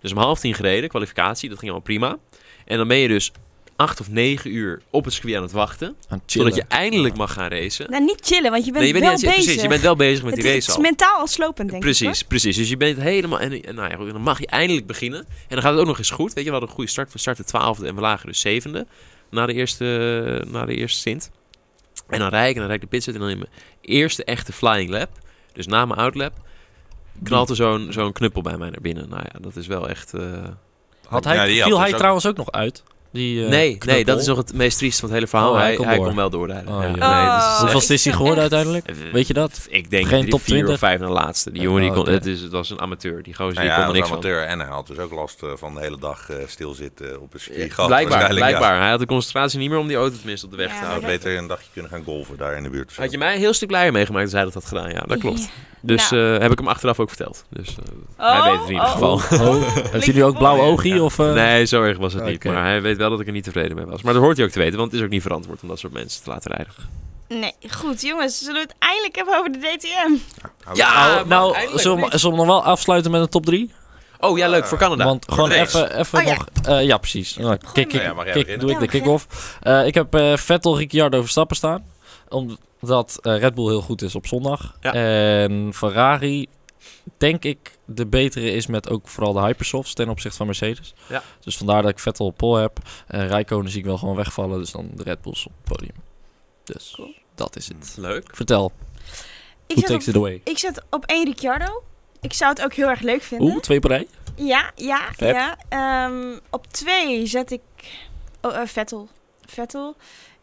Speaker 1: Dus om half tien gereden, kwalificatie, dat ging allemaal prima. En dan ben je dus acht of negen uur op het circuit aan het wachten.
Speaker 2: Aan
Speaker 1: Zodat
Speaker 2: chillen.
Speaker 1: je eindelijk mag gaan racen.
Speaker 3: Nou, niet chillen, want je bent,
Speaker 1: nee, je bent
Speaker 3: wel
Speaker 1: niet eens-
Speaker 3: bezig.
Speaker 1: Precies, je bent wel bezig met
Speaker 3: het,
Speaker 1: die
Speaker 3: is-
Speaker 1: race
Speaker 3: het
Speaker 1: al.
Speaker 3: is mentaal al slopend, denk ik.
Speaker 1: precies, precies. Dus je bent helemaal... En, en nou ja, goed, dan mag je eindelijk beginnen. En dan gaat het ook nog eens goed. Weet je, we hadden een goede start. We starten twaalfde en we lagen dus zevende. Na de eerste, na de eerste stint. En dan rijd ik en dan rijd ik de pitstop. En dan in mijn eerste echte flying lap. Dus na mijn outlap. Knalt er zo'n zo'n knuppel bij mij naar binnen. Nou ja, dat is wel echt... eh,
Speaker 2: Had
Speaker 4: Ja,
Speaker 2: hij,
Speaker 4: die had
Speaker 2: viel
Speaker 4: dus
Speaker 2: hij
Speaker 4: ook-
Speaker 2: trouwens ook nog uit? Die, eh,
Speaker 1: nee,
Speaker 2: knuppel?
Speaker 1: nee, dat is nog het meest trieste van het hele verhaal.
Speaker 2: Oh, hij
Speaker 1: hij,
Speaker 2: kon
Speaker 1: hij
Speaker 2: door.
Speaker 1: kon wel doorrijden.
Speaker 2: Oh,
Speaker 1: Ja, Ah. Eh,
Speaker 2: ja.
Speaker 1: nee, dat is
Speaker 3: Oh.
Speaker 1: echt-
Speaker 2: Hoeveel is hij
Speaker 3: Ik
Speaker 2: geworden
Speaker 3: echt-
Speaker 2: uiteindelijk? Weet je dat?
Speaker 1: Ik denk
Speaker 2: Geen
Speaker 1: drie,
Speaker 2: top
Speaker 1: vier
Speaker 2: 20?
Speaker 1: of vijf na de laatste. Die
Speaker 2: Ja,
Speaker 1: jongen die kon,
Speaker 2: oké.
Speaker 1: het, is, het was een amateur. Die gozer die
Speaker 4: Nou ja,
Speaker 1: kon
Speaker 4: hij
Speaker 1: er
Speaker 4: was
Speaker 1: niks van.
Speaker 4: amateur en hij had dus ook last eh, van de hele dag eh, stilzitten op een circuit.
Speaker 1: Ja,
Speaker 4: gehad
Speaker 1: blijkbaar,
Speaker 4: waarschijnlijk, ja.
Speaker 1: blijkbabaar. Hij had de concentratie niet meer om die auto tenminste op de weg
Speaker 3: Ja,
Speaker 1: te
Speaker 4: Nou,
Speaker 1: houden.
Speaker 4: had beter een dagje kunnen gaan golven daar in de buurt. of zo.
Speaker 1: Had je mij een heel stuk blijer meegemaakt als hij dat had gedaan. Ja, dat klopt. Dus
Speaker 3: Nou.
Speaker 1: eh, heb ik hem achteraf ook verteld. Dus, eh,
Speaker 3: Oh,
Speaker 1: hij weet het in ieder
Speaker 3: oh.
Speaker 1: geval.
Speaker 2: Oh, heeft hij nu ook blauw oogje? Of, eh?
Speaker 1: Nee, zo erg was het niet.
Speaker 2: Oké.
Speaker 1: Maar hij weet wel dat ik er niet tevreden mee was. Maar dat hoort hij ook te weten, want het is ook niet verantwoord om dat soort mensen te laten rijden.
Speaker 3: Nee, goed jongens, zullen we het eindelijk hebben over de DTM?
Speaker 4: Hou-
Speaker 1: Ja!
Speaker 2: Nou, nou
Speaker 1: eindelijk.
Speaker 2: zullen, we, zullen we nog wel afsluiten met een top 3?
Speaker 1: Oh ja, leuk, voor Canada.
Speaker 2: Ah. Want gewoon
Speaker 4: Voor de race.
Speaker 2: even, even
Speaker 3: Oh, ja.
Speaker 2: nog... eh, ja, precies. Nou, kick,
Speaker 4: Ja, mag jij
Speaker 2: kick-
Speaker 4: beginnen?
Speaker 2: doe ik
Speaker 3: Ja,
Speaker 2: de
Speaker 3: begin.
Speaker 2: kick-off. Eh, ik heb eh, Vettel, Ricciardo, Verstappen staan. Omdat eh, Red Bull heel goed is op zondag.
Speaker 1: Ja.
Speaker 2: En Ferrari, denk ik, de betere is met ook vooral de hypersofts ten opzichte van Mercedes.
Speaker 1: Ja.
Speaker 2: Dus vandaar dat ik Vettel op pole heb. En Rijkonen zie ik wel gewoon wegvallen. Dus dan de Red Bulls op het podium. Dus
Speaker 3: Cool.
Speaker 2: dat is het.
Speaker 1: Leuk.
Speaker 2: Vertel,
Speaker 3: Ik
Speaker 2: who
Speaker 3: zet,
Speaker 2: takes
Speaker 3: op,
Speaker 2: it away?
Speaker 3: ik zet op één Ricciardo. Ik zou het ook heel erg leuk vinden.
Speaker 2: Oeh, twee partij.
Speaker 3: Ja, ja,
Speaker 2: Vet.
Speaker 3: ja. Ehm, op twee zet ik oh, eh, Vettel. Vettel.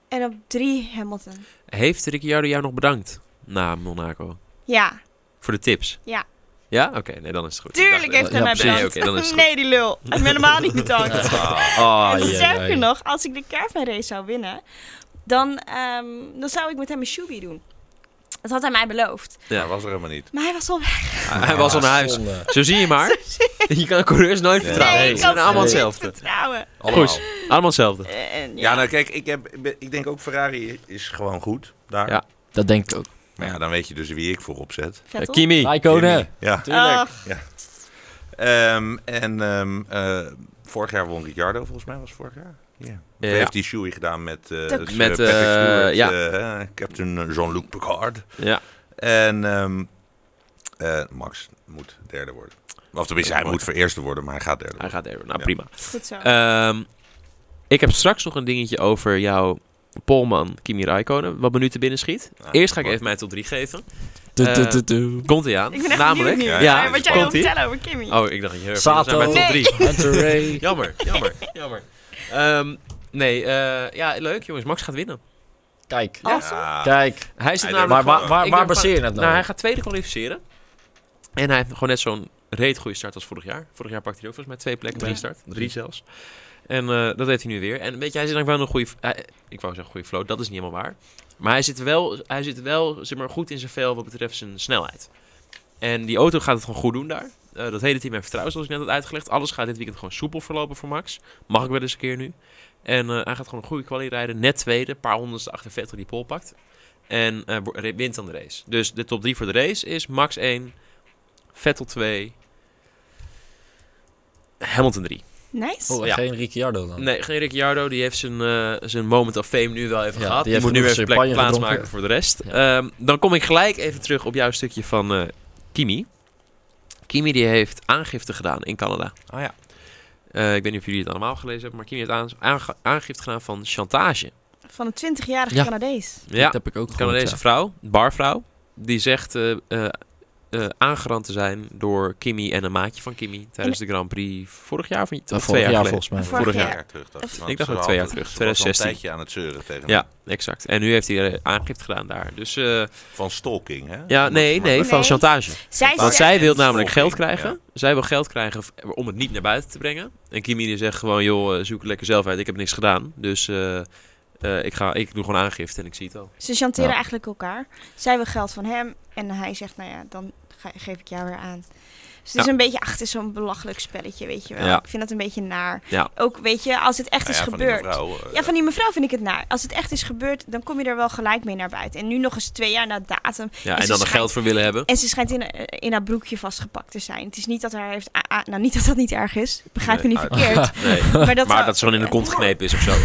Speaker 3: En op drie Hamilton.
Speaker 1: Heeft Ricciardo jou nog bedankt na Monaco?
Speaker 3: Ja,
Speaker 1: Voor de tips?
Speaker 3: Ja.
Speaker 1: Ja? Oké, nee, dan is het goed. Ik
Speaker 3: tuurlijk
Speaker 1: dacht-
Speaker 3: heeft hij
Speaker 2: ja,
Speaker 3: mij
Speaker 2: precies.
Speaker 3: bedankt.
Speaker 1: Oké, dan is het goed.
Speaker 3: nee, die lul. Ik ben helemaal niet bedankt.
Speaker 4: Ah,
Speaker 1: Oh,
Speaker 3: en
Speaker 2: jee,
Speaker 3: sterker
Speaker 2: jee.
Speaker 3: nog, als ik de caravan race zou winnen, dan, ehm, dan zou ik met hem een shoebie doen. Dat had hij mij beloofd.
Speaker 4: ja, was er helemaal niet.
Speaker 3: Maar hij was al weg.
Speaker 1: hij was al naar huis. Zo zie je maar. je kan coureurs nooit
Speaker 4: Nee,
Speaker 1: vertrouwen.
Speaker 4: ik
Speaker 1: Ze
Speaker 4: kan
Speaker 1: zijn allemaal
Speaker 4: ze niet
Speaker 1: hetzelfde.
Speaker 3: Vertrouwen.
Speaker 4: Allemaal.
Speaker 1: Goed. Allemaal hetzelfde.
Speaker 3: Eh, en
Speaker 4: Ja,
Speaker 3: ja,
Speaker 4: nou kijk, ik, heb, ik ben- ik denk ook Ferrari is gewoon goed daar.
Speaker 1: Ja.
Speaker 2: Dat denk ik ook.
Speaker 4: Maar ja, dan weet je dus wie ik voorop zet.
Speaker 1: Eh,
Speaker 3: Vettel.
Speaker 1: Kimi.
Speaker 2: Rijkonen.
Speaker 4: Ja.
Speaker 3: Ach,
Speaker 4: Ehm, en ehm, eh, vorig jaar won Ricciardo, volgens mij was het vorig jaar. Ja.
Speaker 1: Ja.
Speaker 4: Heeft die Shoei gedaan met, eh,
Speaker 3: Dat-
Speaker 4: het,
Speaker 1: Met,
Speaker 4: eh, Patrick
Speaker 1: eh,
Speaker 4: Stewart,
Speaker 1: ja.
Speaker 4: eh, eh, Captain Jean-Luc Picard.
Speaker 1: Ja.
Speaker 4: En ehm, eh, Max moet derde worden. Of tenminste, hij moet vereerste worden, maar hij gaat derde
Speaker 1: Hij
Speaker 4: worden.
Speaker 1: gaat even. Nou,
Speaker 4: Ja.
Speaker 1: prima.
Speaker 3: goed
Speaker 4: Eh,
Speaker 3: zo.
Speaker 1: Ehm, ik heb straks nog een dingetje over jouw polman Kimi Räikkönen. Wat me nu te binnen schiet.
Speaker 4: Ja,
Speaker 1: Eerst ga ik
Speaker 4: maar-
Speaker 1: even mijn top 3 geven.
Speaker 2: Tu, tu,
Speaker 1: Eh,
Speaker 2: tu, tu.
Speaker 1: Komt hij aan.
Speaker 3: ik ben echt
Speaker 1: Namelijk.
Speaker 3: benieuwd
Speaker 4: Ja,
Speaker 3: nu,
Speaker 1: ja,
Speaker 3: eh, wat jij wil
Speaker 1: komt-ie.
Speaker 3: vertellen over Kimmy.
Speaker 1: Oh, ik dacht dat je heel erg
Speaker 2: Sato.
Speaker 1: zijn bij top
Speaker 3: Nee.
Speaker 1: 3.
Speaker 2: Hunter Ray.
Speaker 1: Jammer, jammer, jammer. Ehm, nee, eh, ja, leuk jongens. Max gaat winnen.
Speaker 2: Kijk,
Speaker 4: Oh,
Speaker 3: Ja.
Speaker 4: Ja.
Speaker 2: kijk.
Speaker 1: Hij zit namelijk
Speaker 4: Hij durft
Speaker 2: Maar
Speaker 4: Maar waar-
Speaker 2: waar,
Speaker 4: waar-
Speaker 1: Ik
Speaker 2: waar
Speaker 1: denk
Speaker 2: baseer je
Speaker 1: gewoon-
Speaker 2: het
Speaker 1: Nou, hij
Speaker 2: nou?
Speaker 1: gaat tweede kwalificeren. En hij heeft gewoon net zo'n reet goede start als vorig jaar. Vorig jaar pakte hij ook volgens mij twee plekken bij
Speaker 3: Drie.
Speaker 1: de start. Drie zelfs. En eh, dat heeft hij nu weer. En weet je, hij zit eigenlijk wel in een goede... hij- ik wou zeggen goede flow, dat is niet helemaal waar. Maar hij zit wel, hij zit wel zeg maar, goed in zijn vel wat betreft zijn snelheid. En die auto gaat het gewoon goed doen daar. Eh, dat hele team heeft vertrouwen, zoals ik net had uitgelegd. Alles gaat dit weekend gewoon soepel verlopen voor Max. Mag ik wel eens een keer nu. En eh, hij gaat gewoon een goede kwaliteit rijden. Net tweede, een paar honderdste achter Vettel die pol pakt. En eh, wo- re- wint dan de race. Dus de top 3 voor de race is Max 1, Vettel 2, Hamilton 3.
Speaker 3: Nice.
Speaker 1: Oh, Ja.
Speaker 2: geen Ricciardo dan.
Speaker 1: Nee, geen Ricciardo. Die heeft zijn, eh, zijn moment of fame nu wel even
Speaker 2: Ja,
Speaker 1: gehad.
Speaker 2: die
Speaker 1: Die,
Speaker 2: heeft
Speaker 1: moet nu
Speaker 2: genoeg
Speaker 1: even
Speaker 2: champagne
Speaker 1: plek, plaats
Speaker 2: gedronken.
Speaker 1: maken voor de rest. Ehm, dan kom ik gelijk even terug op jouw stukje van eh, Kimi. Kimi die heeft aangifte gedaan in Canada.
Speaker 4: Ah ja.
Speaker 1: Eh, ik weet niet of jullie het allemaal gelezen hebben, maar Kimi heeft aang- aange- aangifte gedaan van chantage.
Speaker 3: Van een 20-jarige
Speaker 2: Ja.
Speaker 3: Canadees.
Speaker 1: Ja.
Speaker 2: Dat heb ik ook
Speaker 1: Een Canadese
Speaker 2: gehoord,
Speaker 1: vrouw, barvrouw, die zegt eh, eh, eh, aangerand te zijn door Kimi en een maatje van Kimi tijdens de Grand Prix vorig jaar of niet?
Speaker 2: ja.
Speaker 1: Of twee
Speaker 2: Vorig
Speaker 1: jaar,
Speaker 2: jaar
Speaker 1: geleden.
Speaker 2: volgens mij.
Speaker 3: Vorig
Speaker 4: Vorig
Speaker 3: jaar.
Speaker 4: jaar terug. dacht ik. Want
Speaker 1: Ik dacht
Speaker 4: ze
Speaker 1: ook twee jaar
Speaker 4: had-
Speaker 1: terug,
Speaker 4: ze was al een
Speaker 1: 2016.
Speaker 4: tijdje aan het zeuren tegen hem.
Speaker 1: Ja, exact. En nu heeft hij eh, aangifte gedaan daar. Dus eh,
Speaker 4: Van stalking, hè?
Speaker 1: ja, nee, nee,
Speaker 3: Nee.
Speaker 1: van chantage.
Speaker 3: Zij
Speaker 1: Want
Speaker 3: zegt,
Speaker 1: zij wil namelijk
Speaker 4: Volking,
Speaker 1: geld krijgen.
Speaker 4: ja.
Speaker 1: Zij wil geld krijgen v- om het niet naar buiten te brengen. En Kimi die zegt gewoon, joh, eh, zoek het lekker zelf uit. Ik heb niks gedaan. Dus eh, eh, ik, ga, ik doe gewoon aangifte en ik zie het al.
Speaker 3: ze chanteren
Speaker 2: Ja.
Speaker 3: eigenlijk elkaar. Zij wil geld van hem en hij zegt, nou ja, dan ga- geef ik jou weer aan. Dus het is een beetje, ach, het is zo'n belachelijk spelletje, weet je wel.
Speaker 1: Ja.
Speaker 3: Ik vind dat een beetje naar.
Speaker 1: Ja.
Speaker 3: Ook, weet je, als het echt is
Speaker 4: Nou ja, van die
Speaker 3: gebeurd.
Speaker 4: mevrouw, eh,
Speaker 3: ja, van die mevrouw vind ik het naar. Als het echt is gebeurd, dan kom je er wel gelijk mee naar buiten. En nu nog eens twee jaar na datum.
Speaker 1: Ja,
Speaker 3: en
Speaker 1: en
Speaker 3: ze
Speaker 1: dan er
Speaker 3: schijnt-
Speaker 1: geld voor willen hebben.
Speaker 3: En ze schijnt in, eh, in haar broekje vastgepakt te zijn. Het is niet dat haar heeft... ah, ah, nou, niet dat dat niet erg is. Begrijp me
Speaker 4: Nee,
Speaker 3: niet
Speaker 4: nou,
Speaker 3: verkeerd.
Speaker 1: Nee.
Speaker 3: Maar dat,
Speaker 1: Maar
Speaker 3: wel-
Speaker 1: dat ze gewoon in de kont geknepen is of zo.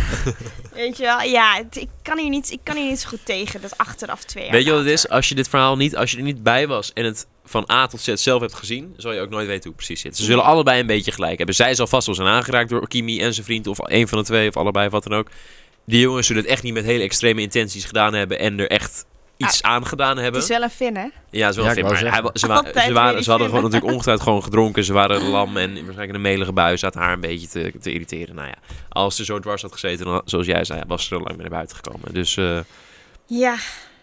Speaker 3: Weet je wel, ja. het- ik, kan hier niet, ik kan hier niet zo goed tegen, dat achteraf twee jaar
Speaker 1: Weet je wat het
Speaker 3: later.
Speaker 1: is? Als je dit verhaal niet, als je er niet bij was en het van A tot Z zelf hebt gezien, zal je ook nooit weten hoe het precies zit. Ze zullen allebei een beetje gelijk hebben. Zij zal vast wel zijn aangeraakt door Kimi en zijn vriend, of een van de twee, of allebei, of wat dan ook. Die jongens zullen het echt niet met hele extreme intenties gedaan hebben en er echt iets
Speaker 3: Ah.
Speaker 1: aan gedaan hebben.
Speaker 3: Het is wel een fin, hè?
Speaker 1: Ja, dat is wel een
Speaker 2: Ja, ik
Speaker 1: film,
Speaker 2: wou
Speaker 1: maar hij wa- ze, wa-
Speaker 3: Dus Altijd
Speaker 1: ze,
Speaker 3: weer
Speaker 1: waren,
Speaker 3: die
Speaker 1: ze hadden
Speaker 3: film.
Speaker 1: gewoon natuurlijk ongetwijfeld gewoon gedronken. Ze waren lam en waarschijnlijk in een melige bui. Ze zaten haar een beetje te, te irriteren. Nou ja, als ze zo dwars had gezeten, dan, zoals jij zei, was ze er lang mee naar buiten gekomen. Dus eh,
Speaker 3: Ja.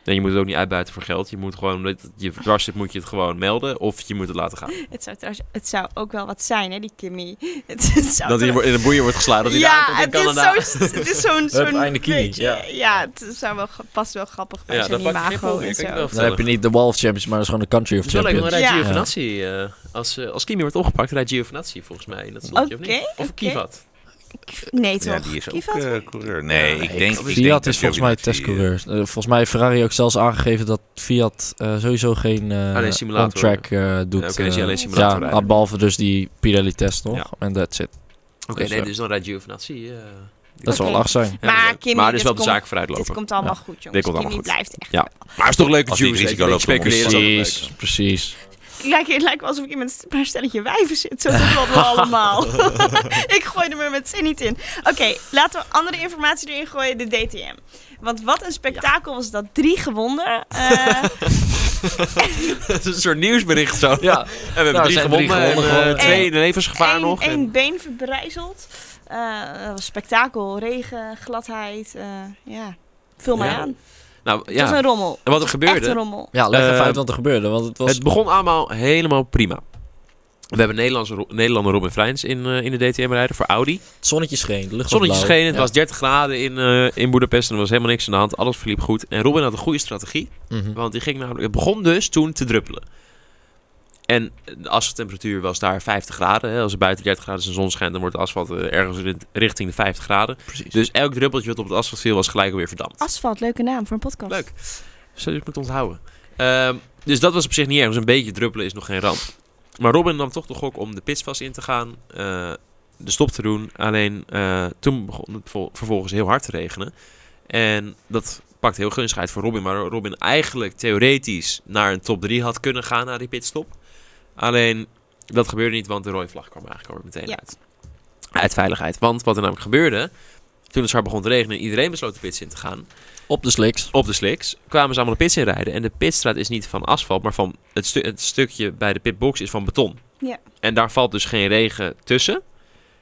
Speaker 1: en je moet het ook niet uitbuiten voor geld. Je moet gewoon, omdat je dwars zit, moet je het gewoon melden. Of je moet het laten gaan.
Speaker 3: Het zou, trouwens, het zou ook wel wat zijn, hè, die Kimmy. Het, het zou
Speaker 1: Dat hij
Speaker 3: toch-
Speaker 1: in een boeien wordt geslagen, dat hij daar
Speaker 3: ja,
Speaker 1: aankomt in
Speaker 3: het is,
Speaker 1: Canada.
Speaker 3: zo, het is zo'n...
Speaker 2: Hup,
Speaker 3: zo'n
Speaker 2: einde Kimi,
Speaker 3: beetje-
Speaker 2: ja.
Speaker 3: ja, het zou wel, gra- past wel grappig bij
Speaker 1: Ja,
Speaker 3: zo'n
Speaker 1: dat pak je
Speaker 3: imago
Speaker 1: vol.
Speaker 3: en
Speaker 1: Ik
Speaker 3: zo.
Speaker 1: wel
Speaker 2: Dan heb je niet de Wolf Champions, maar dat is gewoon de Country of
Speaker 1: Zo lijkt me een
Speaker 2: Champions.
Speaker 1: rijdt
Speaker 3: Ja.
Speaker 1: Giovinazzi. eh, als, eh, als Kimi wordt opgepakt, rijdt Giovinazzi volgens mij. in Dat stond of niet? Of
Speaker 3: oké.
Speaker 1: Kivat.
Speaker 3: Nee, toch?
Speaker 4: Ja, die is ook
Speaker 3: Kievat?
Speaker 4: eh, coureur. Nee, ik denk... ik denk
Speaker 2: Fiat
Speaker 4: dat
Speaker 2: is volgens mij
Speaker 4: Giovinazzi, eh,
Speaker 1: Nou,
Speaker 2: testcoureur. Eh, volgens mij heeft Ferrari ook zelfs aangegeven dat Fiat eh, sowieso geen
Speaker 1: Alleen
Speaker 2: eh
Speaker 1: simulator.
Speaker 2: on-track eh, doet.
Speaker 1: Ja, oké, dus je
Speaker 2: eh,
Speaker 1: alleen simulator
Speaker 2: ja,
Speaker 1: rijden.
Speaker 2: behalve dus die Pirelli-test nog.
Speaker 1: Ja.
Speaker 2: En that's it.
Speaker 1: Oké,
Speaker 2: Dus,
Speaker 1: nee,
Speaker 2: eh,
Speaker 1: dus dan rijdt Giovinazzi. eh, die
Speaker 2: Dat zal
Speaker 3: Oké.
Speaker 2: lach zijn.
Speaker 1: Ja,
Speaker 3: Maar
Speaker 1: leuk.
Speaker 3: Kimmy,
Speaker 1: maar er is
Speaker 3: dit
Speaker 1: wel op de
Speaker 3: komt-
Speaker 1: zaken vooruit
Speaker 3: Dit
Speaker 1: lopen.
Speaker 3: komt allemaal goed, jongens.
Speaker 1: Dit komt
Speaker 3: Kimmy
Speaker 1: allemaal goed.
Speaker 3: blijft echt...
Speaker 1: Ja. Maar het is toch leuk dat
Speaker 4: Als die
Speaker 1: Juice
Speaker 4: risico
Speaker 1: een beetje
Speaker 4: loopt om
Speaker 1: speculeren. is altijd
Speaker 2: Precies, precies.
Speaker 3: Het lijkt, het lijkt wel alsof ik in met een stelletje wijven zit. Zo te kloppen allemaal. ik gooi er maar met zin niet in. Oké, laten we andere informatie erin gooien. De DTM. Want wat een spektakel was dat. Drie gewonden. Eh,
Speaker 1: leuk. Het is een soort nieuwsbericht zo.
Speaker 2: Ja,
Speaker 1: En we hebben
Speaker 2: Nou,
Speaker 1: drie
Speaker 2: zijn drie
Speaker 1: gewonnen, en,
Speaker 2: gewonnen
Speaker 1: eh,
Speaker 2: gewoon.
Speaker 1: twee in levensgevaar
Speaker 3: één,
Speaker 1: nog. en-
Speaker 3: één been verbrijzeld. Eh, dat was spektakel. Regen, gladheid. eh, ja, vul mij
Speaker 1: Ja.
Speaker 3: aan.
Speaker 1: nou
Speaker 3: Het was
Speaker 1: ja,
Speaker 3: een rommel.
Speaker 1: en wat er
Speaker 3: Echt een
Speaker 1: gebeurde,
Speaker 3: rommel.
Speaker 2: Ja, leg
Speaker 1: Eh,
Speaker 2: even uit wat er gebeurde. Want het was...
Speaker 1: het begon allemaal helemaal prima. We hebben Nederlandse Ro- Nederlander Robin Vrijns in, eh, in de DTM rijden voor Audi.
Speaker 2: het zonnetje scheen. De lucht was
Speaker 1: Zonnetje
Speaker 2: blauw.
Speaker 1: scheen, het
Speaker 2: Ja.
Speaker 1: was 30 graden in, eh in Boedapest en er was helemaal niks aan de hand. Alles verliep goed. En Robin had een goede strategie,
Speaker 2: Mhm.
Speaker 1: want die ging namelijk, het begon dus toen te druppelen. En de asfalttemperatuur was daar 50 graden. Hè. Als het buiten 30 graden is en zon schijnt, dan wordt het asfalt eh, ergens in- richting de 50 graden.
Speaker 2: Precies.
Speaker 1: Dus elk druppeltje wat op het asfalt viel was gelijk alweer verdampt.
Speaker 3: Asfalt, leuke naam voor een podcast.
Speaker 1: Leuk. Zou ik moeten onthouden. Ehm, dus dat was op zich niet erg. Dus een beetje druppelen is nog geen ramp. Maar Robin nam toch de gok om de pits vast in te gaan. eh, de stop te doen. Alleen eh, toen begon het vol- vervolgens heel hard te regenen. En dat pakt heel gunstig uit voor Robin. Maar Robin eigenlijk theoretisch naar een top 3 had kunnen gaan na die pitstop. Alleen dat gebeurde niet, want de rode vlag kwam eigenlijk alweer meteen
Speaker 3: Ja.
Speaker 1: uit. Uit veiligheid. Want wat er namelijk gebeurde. Toen het zo hard begon te regenen en iedereen besloot de pits in te gaan
Speaker 2: Op de sliks.
Speaker 1: op de slicks kwamen ze allemaal de pits in rijden. En de pitstraat is niet van asfalt, maar van het, stu- het stukje bij de pitbox is van beton.
Speaker 3: Ja.
Speaker 1: En daar valt dus geen regen tussen.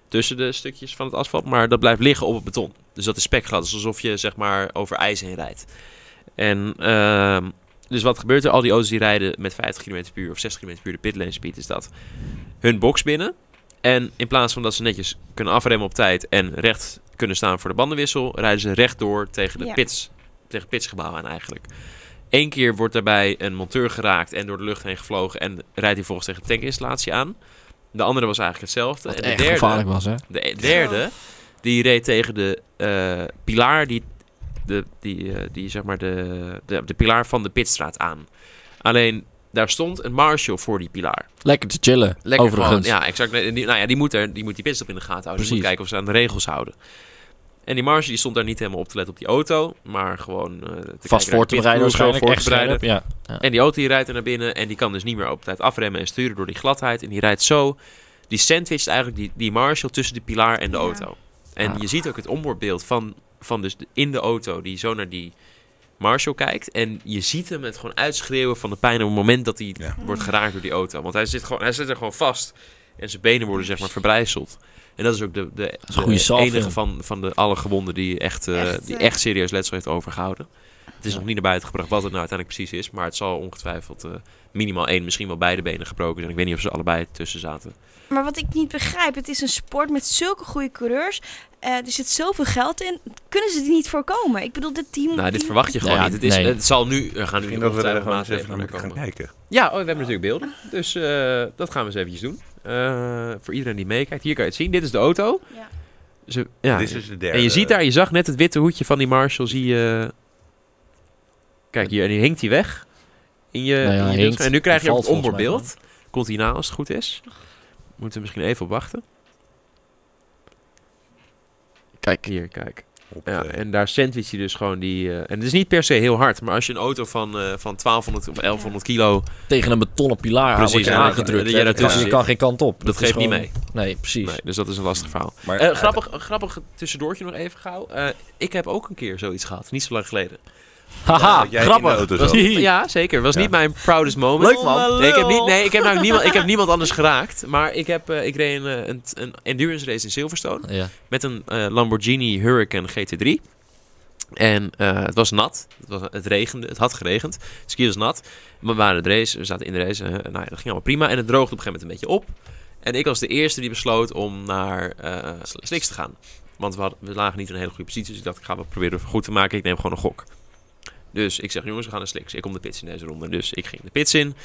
Speaker 1: Tussen de stukjes van het asfalt, maar dat blijft liggen op het beton. Dus dat is spekglad. Het is alsof je zeg maar over ijs heen rijdt. En ehm, dus wat gebeurt er? Al die auto's die rijden met 50 km per uur of 60 km per uur, de pitlane speed is dat, hun box binnen. En in plaats van dat ze netjes kunnen afremmen op tijd en recht kunnen staan voor de bandenwissel, rijden ze rechtdoor tegen de
Speaker 3: Ja.
Speaker 1: pits, tegen het pitsgebouw aan eigenlijk. Eén keer wordt daarbij een monteur geraakt en door de lucht heen gevlogen en rijdt hij volgens tegen de tankinstallatie aan. De andere was eigenlijk hetzelfde.
Speaker 2: Wat
Speaker 1: en de
Speaker 2: echt
Speaker 1: derde,
Speaker 2: gevaarlijk was, hè?
Speaker 1: de e- derde, die reed tegen de eh, pilaar die, de, die, eh, die zeg maar de, de, de pilaar van de pitstraat aan. Alleen daar stond een marshal voor die pilaar.
Speaker 2: Lekker te chillen,
Speaker 1: Lekker
Speaker 2: overigens.
Speaker 1: gewoon, ja, exact. Nee, Die, nou ja, die moet, er, die moet die pitstop in de gaten houden. Die
Speaker 2: Precies.
Speaker 1: moet kijken of ze aan de regels houden. En die marshal die stond daar niet helemaal op te letten op die auto, maar gewoon eh, te
Speaker 2: Vast
Speaker 1: kijken naar
Speaker 2: voor
Speaker 1: de
Speaker 2: te
Speaker 1: pitbox,
Speaker 2: bereiden waarschijnlijk.
Speaker 1: voor te
Speaker 2: Echt
Speaker 1: bereiden.
Speaker 2: scherp, ja.
Speaker 1: En die auto die rijdt er naar binnen en die kan dus niet meer op tijd afremmen en sturen door die gladheid. En die rijdt zo, die sandwicht eigenlijk die, die Marshall tussen de pilaar en de
Speaker 3: Ja.
Speaker 1: auto. En
Speaker 2: Ah.
Speaker 1: je ziet ook het onboardbeeld van, van dus de- in de auto die zo naar die Marshall kijkt. En je ziet hem het gewoon uitschreeuwen van de pijn op het moment dat hij
Speaker 4: Ja.
Speaker 1: wordt geraakt door die auto. Want hij zit, gewoon, hij zit er gewoon vast en zijn benen worden zeg maar verbrijzeld. En dat is ook de, de,
Speaker 2: is een goede
Speaker 1: de
Speaker 2: salve.
Speaker 1: enige van, van de alle gewonden die echt, eh,
Speaker 3: Echt,
Speaker 1: die
Speaker 3: eh,
Speaker 1: echt serieus letsel heeft overgehouden. Het is nog niet naar buiten gebracht wat het nou uiteindelijk precies is. Maar het zal ongetwijfeld eh, minimaal één, misschien wel beide benen gebroken zijn. Ik weet niet of ze allebei tussen zaten.
Speaker 3: Maar wat ik niet begrijp, het is een sport met zulke goede coureurs. Eh, er zit zoveel geld in. Kunnen ze die niet voorkomen? Ik bedoel, dit team...
Speaker 1: Nou, dit verwacht je gewoon
Speaker 2: Ja,
Speaker 1: niet. Het, is,
Speaker 2: nee.
Speaker 1: het zal nu... Er gaan nu
Speaker 4: Misschien dat we daar
Speaker 1: ongetwijfeld
Speaker 4: gewoon eens
Speaker 1: maatregelen
Speaker 4: even naar
Speaker 1: mee
Speaker 4: moeten gaan
Speaker 1: komen.
Speaker 4: kijken.
Speaker 1: Ja, oh, we hebben natuurlijk beelden. Dus eh, dat gaan we eens eventjes doen. Eh, voor iedereen die meekijkt. Hier kan je het zien. Dit is de auto.
Speaker 3: Ja.
Speaker 1: Ze, ja,
Speaker 4: Dit is dus de derde.
Speaker 1: en je ziet daar, je zag net het witte hoedje van die Marshall. Zie je... Kijk hier, en die hinkt hij weg. In je,
Speaker 2: Nou ja,
Speaker 1: in je
Speaker 2: hij
Speaker 1: ding.
Speaker 2: hinkt.
Speaker 1: en nu krijg
Speaker 2: Hij
Speaker 1: je ook het
Speaker 2: valt volgens mij
Speaker 1: onboardbeeld. Komt hierna als het goed is. Moeten we misschien even op wachten.
Speaker 2: Kijk.
Speaker 1: Hier, kijk.
Speaker 4: Op,
Speaker 1: Ja,
Speaker 4: eh,
Speaker 1: en daar sandwich je dus gewoon die... eh, en het is niet per se heel hard, maar als je een auto van, eh, van 1200 of 1100 kilo...
Speaker 2: Tegen een betonnen pilaar aan
Speaker 1: Precies,
Speaker 2: wordt
Speaker 4: ja,
Speaker 2: aangedrukt.
Speaker 1: dat
Speaker 2: hè.
Speaker 1: jij
Speaker 2: Dat kan,
Speaker 1: daartussen
Speaker 2: je kan geen kant op.
Speaker 1: Dat
Speaker 2: is
Speaker 1: geeft niet
Speaker 2: gewoon-
Speaker 1: mee.
Speaker 2: Nee, precies.
Speaker 1: Nee, dus dat is een lastig verhaal.
Speaker 4: maar
Speaker 1: Eh, grappig, een grappig tussendoortje nog even gauw. Eh, ik heb ook een keer zoiets gehad, niet zo lang geleden.
Speaker 2: Haha,
Speaker 4: dat jij in de
Speaker 2: grappig.
Speaker 4: auto
Speaker 2: Dat
Speaker 4: zat.
Speaker 2: is-
Speaker 1: Ja, zeker. Was
Speaker 4: Ja.
Speaker 1: niet mijn proudest moment.
Speaker 2: Leuk, man.
Speaker 1: Nee, ik heb, niet, nee, ik heb, nou niemand, ik heb niemand anders geraakt. Maar ik, heb, eh, ik reed een, eh, een, een endurance race in Silverstone.
Speaker 2: Ja.
Speaker 1: Met een eh, Lamborghini Hurricane GT3. En eh, het was nat. Het, was, het regende. Het had geregend. Het ski was nat. We waren de race. We zaten in de race. eh, nou ja, dat ging allemaal prima. En het droogde op een gegeven moment een beetje op. En ik was de eerste die besloot om naar eh Slicks te gaan. Want we, hadden- we lagen niet in een hele goede positie. Dus ik dacht, ik ga wel proberen goed te maken. Ik neem gewoon een gok. Dus ik zeg, jongens, we gaan naar Slicks. Ik kom de pits in deze ronde. Dus ik ging de pits in.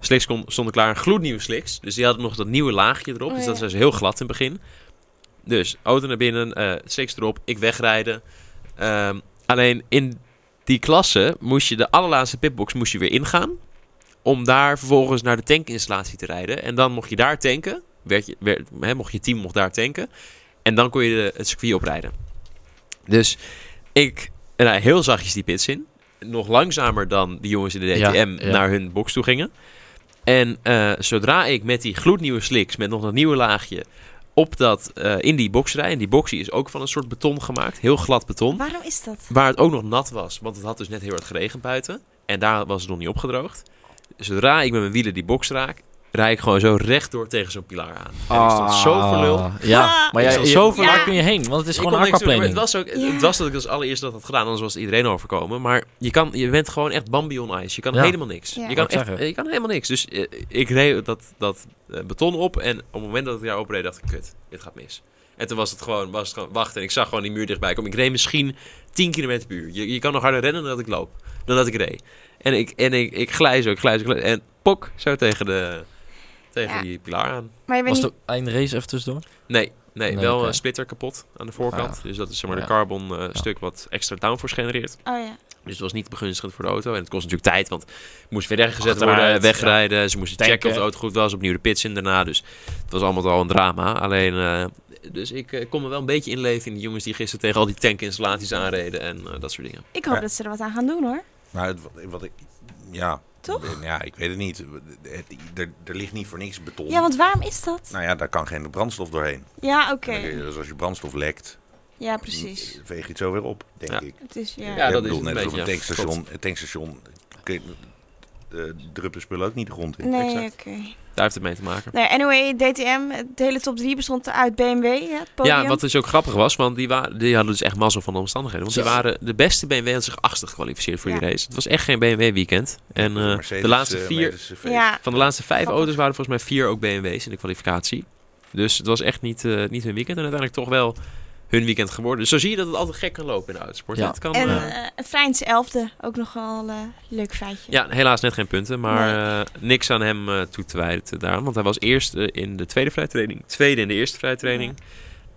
Speaker 1: Slicks kon, stonden klaar. Gloednieuwe Slicks. Dus die hadden nog dat nieuwe laagje erop.
Speaker 3: Oh,
Speaker 1: dus
Speaker 3: ja.
Speaker 1: dat was heel glad in het begin. Dus auto naar binnen, eh Slicks erop. Ik wegrijden. Ehm, alleen in die klasse moest je de allerlaatste pitbox moest je weer ingaan. Om daar vervolgens naar de tankinstallatie te rijden. En dan mocht je daar tanken. Werd je, werd, hè, mocht je team mocht daar tanken. En dan kon je de, het circuit oprijden. Dus ik rijd heel zachtjes die pits in. Nog langzamer dan de jongens in de
Speaker 2: Ja,
Speaker 1: DTM
Speaker 2: ja.
Speaker 1: naar hun box toe gingen. En eh, zodra ik met die gloednieuwe slicks, met nog dat nieuwe laagje, op dat, eh, in die box rijd. En die box die is ook van een soort beton gemaakt. Heel glad beton.
Speaker 3: Waarom is dat?
Speaker 1: Waar het ook nog nat was, want het had dus net heel hard geregend buiten. En daar was het nog niet opgedroogd. Zodra ik met mijn wielen die box raak, rijd ik gewoon zo rechtdoor tegen zo'n pilaar aan. En ik stond
Speaker 2: Ah.
Speaker 1: zo verlul. Ik
Speaker 2: Ja, maar
Speaker 1: Ik
Speaker 2: jij,
Speaker 1: stond
Speaker 2: je,
Speaker 1: zo
Speaker 2: zo
Speaker 1: verlul.
Speaker 2: waar kun je heen? Want het is gewoon
Speaker 1: kon niks doen, maar Het
Speaker 2: aquaplaning.
Speaker 1: was, ook, het
Speaker 3: Ja.
Speaker 1: was dat ik als allereerste dat had gedaan, anders was het iedereen overkomen. Maar je, kan, je bent gewoon echt Bambi on ice. Je kan
Speaker 2: Ja.
Speaker 1: helemaal niks.
Speaker 3: Ja.
Speaker 1: Je,
Speaker 2: Wou
Speaker 1: kan
Speaker 2: ik
Speaker 1: echt,
Speaker 2: zeggen.
Speaker 1: je kan helemaal niks. Dus eh, ik reed dat, dat eh, beton op en op het moment dat ik daarop reed, dacht ik, kut, dit gaat mis. En toen was het gewoon, was het gewoon wachten. En ik zag gewoon die muur dichtbij komen. Ik reed misschien 10 kilometer per uur. Je, je kan nog harder rennen dan dat ik loop. Dan dat ik reed. En ik, en ik, ik glij zo, ik glij zo. ik glij- En pok, zo tegen, de, tegen
Speaker 3: Ja.
Speaker 1: die pilaar aan.
Speaker 3: Maar je bent
Speaker 2: Was
Speaker 3: niet...
Speaker 2: de eindrace even tussendoor?
Speaker 1: Nee, nee,
Speaker 2: Nee,
Speaker 1: wel
Speaker 2: oké. Ah,
Speaker 1: een splitter kapot aan de voorkant. Dus dat is zeg maar
Speaker 2: Ja.
Speaker 1: de carbon eh, stuk wat extra downforce genereert.
Speaker 3: Oh ja.
Speaker 1: Dus het was niet begunstigend voor de auto. En het kost natuurlijk tijd, want het moest weer weggezet
Speaker 2: Achteruit,
Speaker 1: worden, wegrijden. Ze moesten
Speaker 2: Tanken.
Speaker 1: checken of de auto goed was, opnieuw de pits in daarna. Dus het was allemaal al een drama. Alleen, eh, dus ik eh, kon me wel een beetje inleven in de jongens die gisteren tegen al die tankinstallaties aanreden en eh, dat soort dingen.
Speaker 3: Ik hoop
Speaker 4: Ja.
Speaker 3: dat ze er wat aan gaan doen, hoor.
Speaker 4: Nou, het- wat, wat ik... Ja. Eh,
Speaker 3: Toch?
Speaker 4: Ja, ik weet het niet. Het- er, er ligt niet voor niks beton.
Speaker 3: Ja, want waarom is dat?
Speaker 4: Nou ja, daar kan geen brandstof doorheen.
Speaker 3: Ja,
Speaker 4: En
Speaker 3: oké.
Speaker 4: dan kun je- Dus als je brandstof lekt, eh,
Speaker 3: Ja, precies.
Speaker 4: veeg je het zo weer op, denk
Speaker 1: Ja.
Speaker 4: ik.
Speaker 3: Het is, ja.
Speaker 1: Ja. dat
Speaker 4: ik bedoel,
Speaker 1: is het
Speaker 4: net
Speaker 1: een
Speaker 4: als op een
Speaker 1: beetje, ja.
Speaker 4: tankstation. Een tankstation kun je- eh, druppen spullen ook niet de grond in.
Speaker 3: Nee, oké.
Speaker 1: Exact. Daar heeft het mee te maken.
Speaker 3: Nou, ja, anyway, DTM, het hele top 3 bestond uit BMW, hè, het podium.
Speaker 1: Ja, wat dus ook grappig was, want die, wa- die hadden dus echt mazzel van de omstandigheden. Want die
Speaker 2: Zo.
Speaker 1: waren de beste BMW had zich 80 gekwalificeerd voor die
Speaker 3: Ja.
Speaker 1: race. Het was echt geen BMW weekend. En eh,
Speaker 4: Mercedes,
Speaker 1: de laatste
Speaker 4: eh,
Speaker 1: vier,
Speaker 4: Mercedes, eh, feest.
Speaker 3: Ja,
Speaker 1: van de laatste vijf
Speaker 3: Grappig.
Speaker 1: auto's waren volgens mij vier ook BMW's in de kwalificatie. Dus het was echt niet, eh, niet hun weekend. En uiteindelijk toch wel hun weekend geworden. Dus zo zie je dat het altijd gek kan lopen in de autosport.
Speaker 2: Ja.
Speaker 1: Het kan,
Speaker 3: en
Speaker 1: eh,
Speaker 3: eh een Vrijnse elfde, ook nogal eh leuk feitje.
Speaker 1: ja, helaas net geen punten. Maar eh, niks aan hem eh, toe te wijden te- daaraan. Want hij was eerst eh, in de tweede vrijtraining. Tweede in de eerste vrijtraining.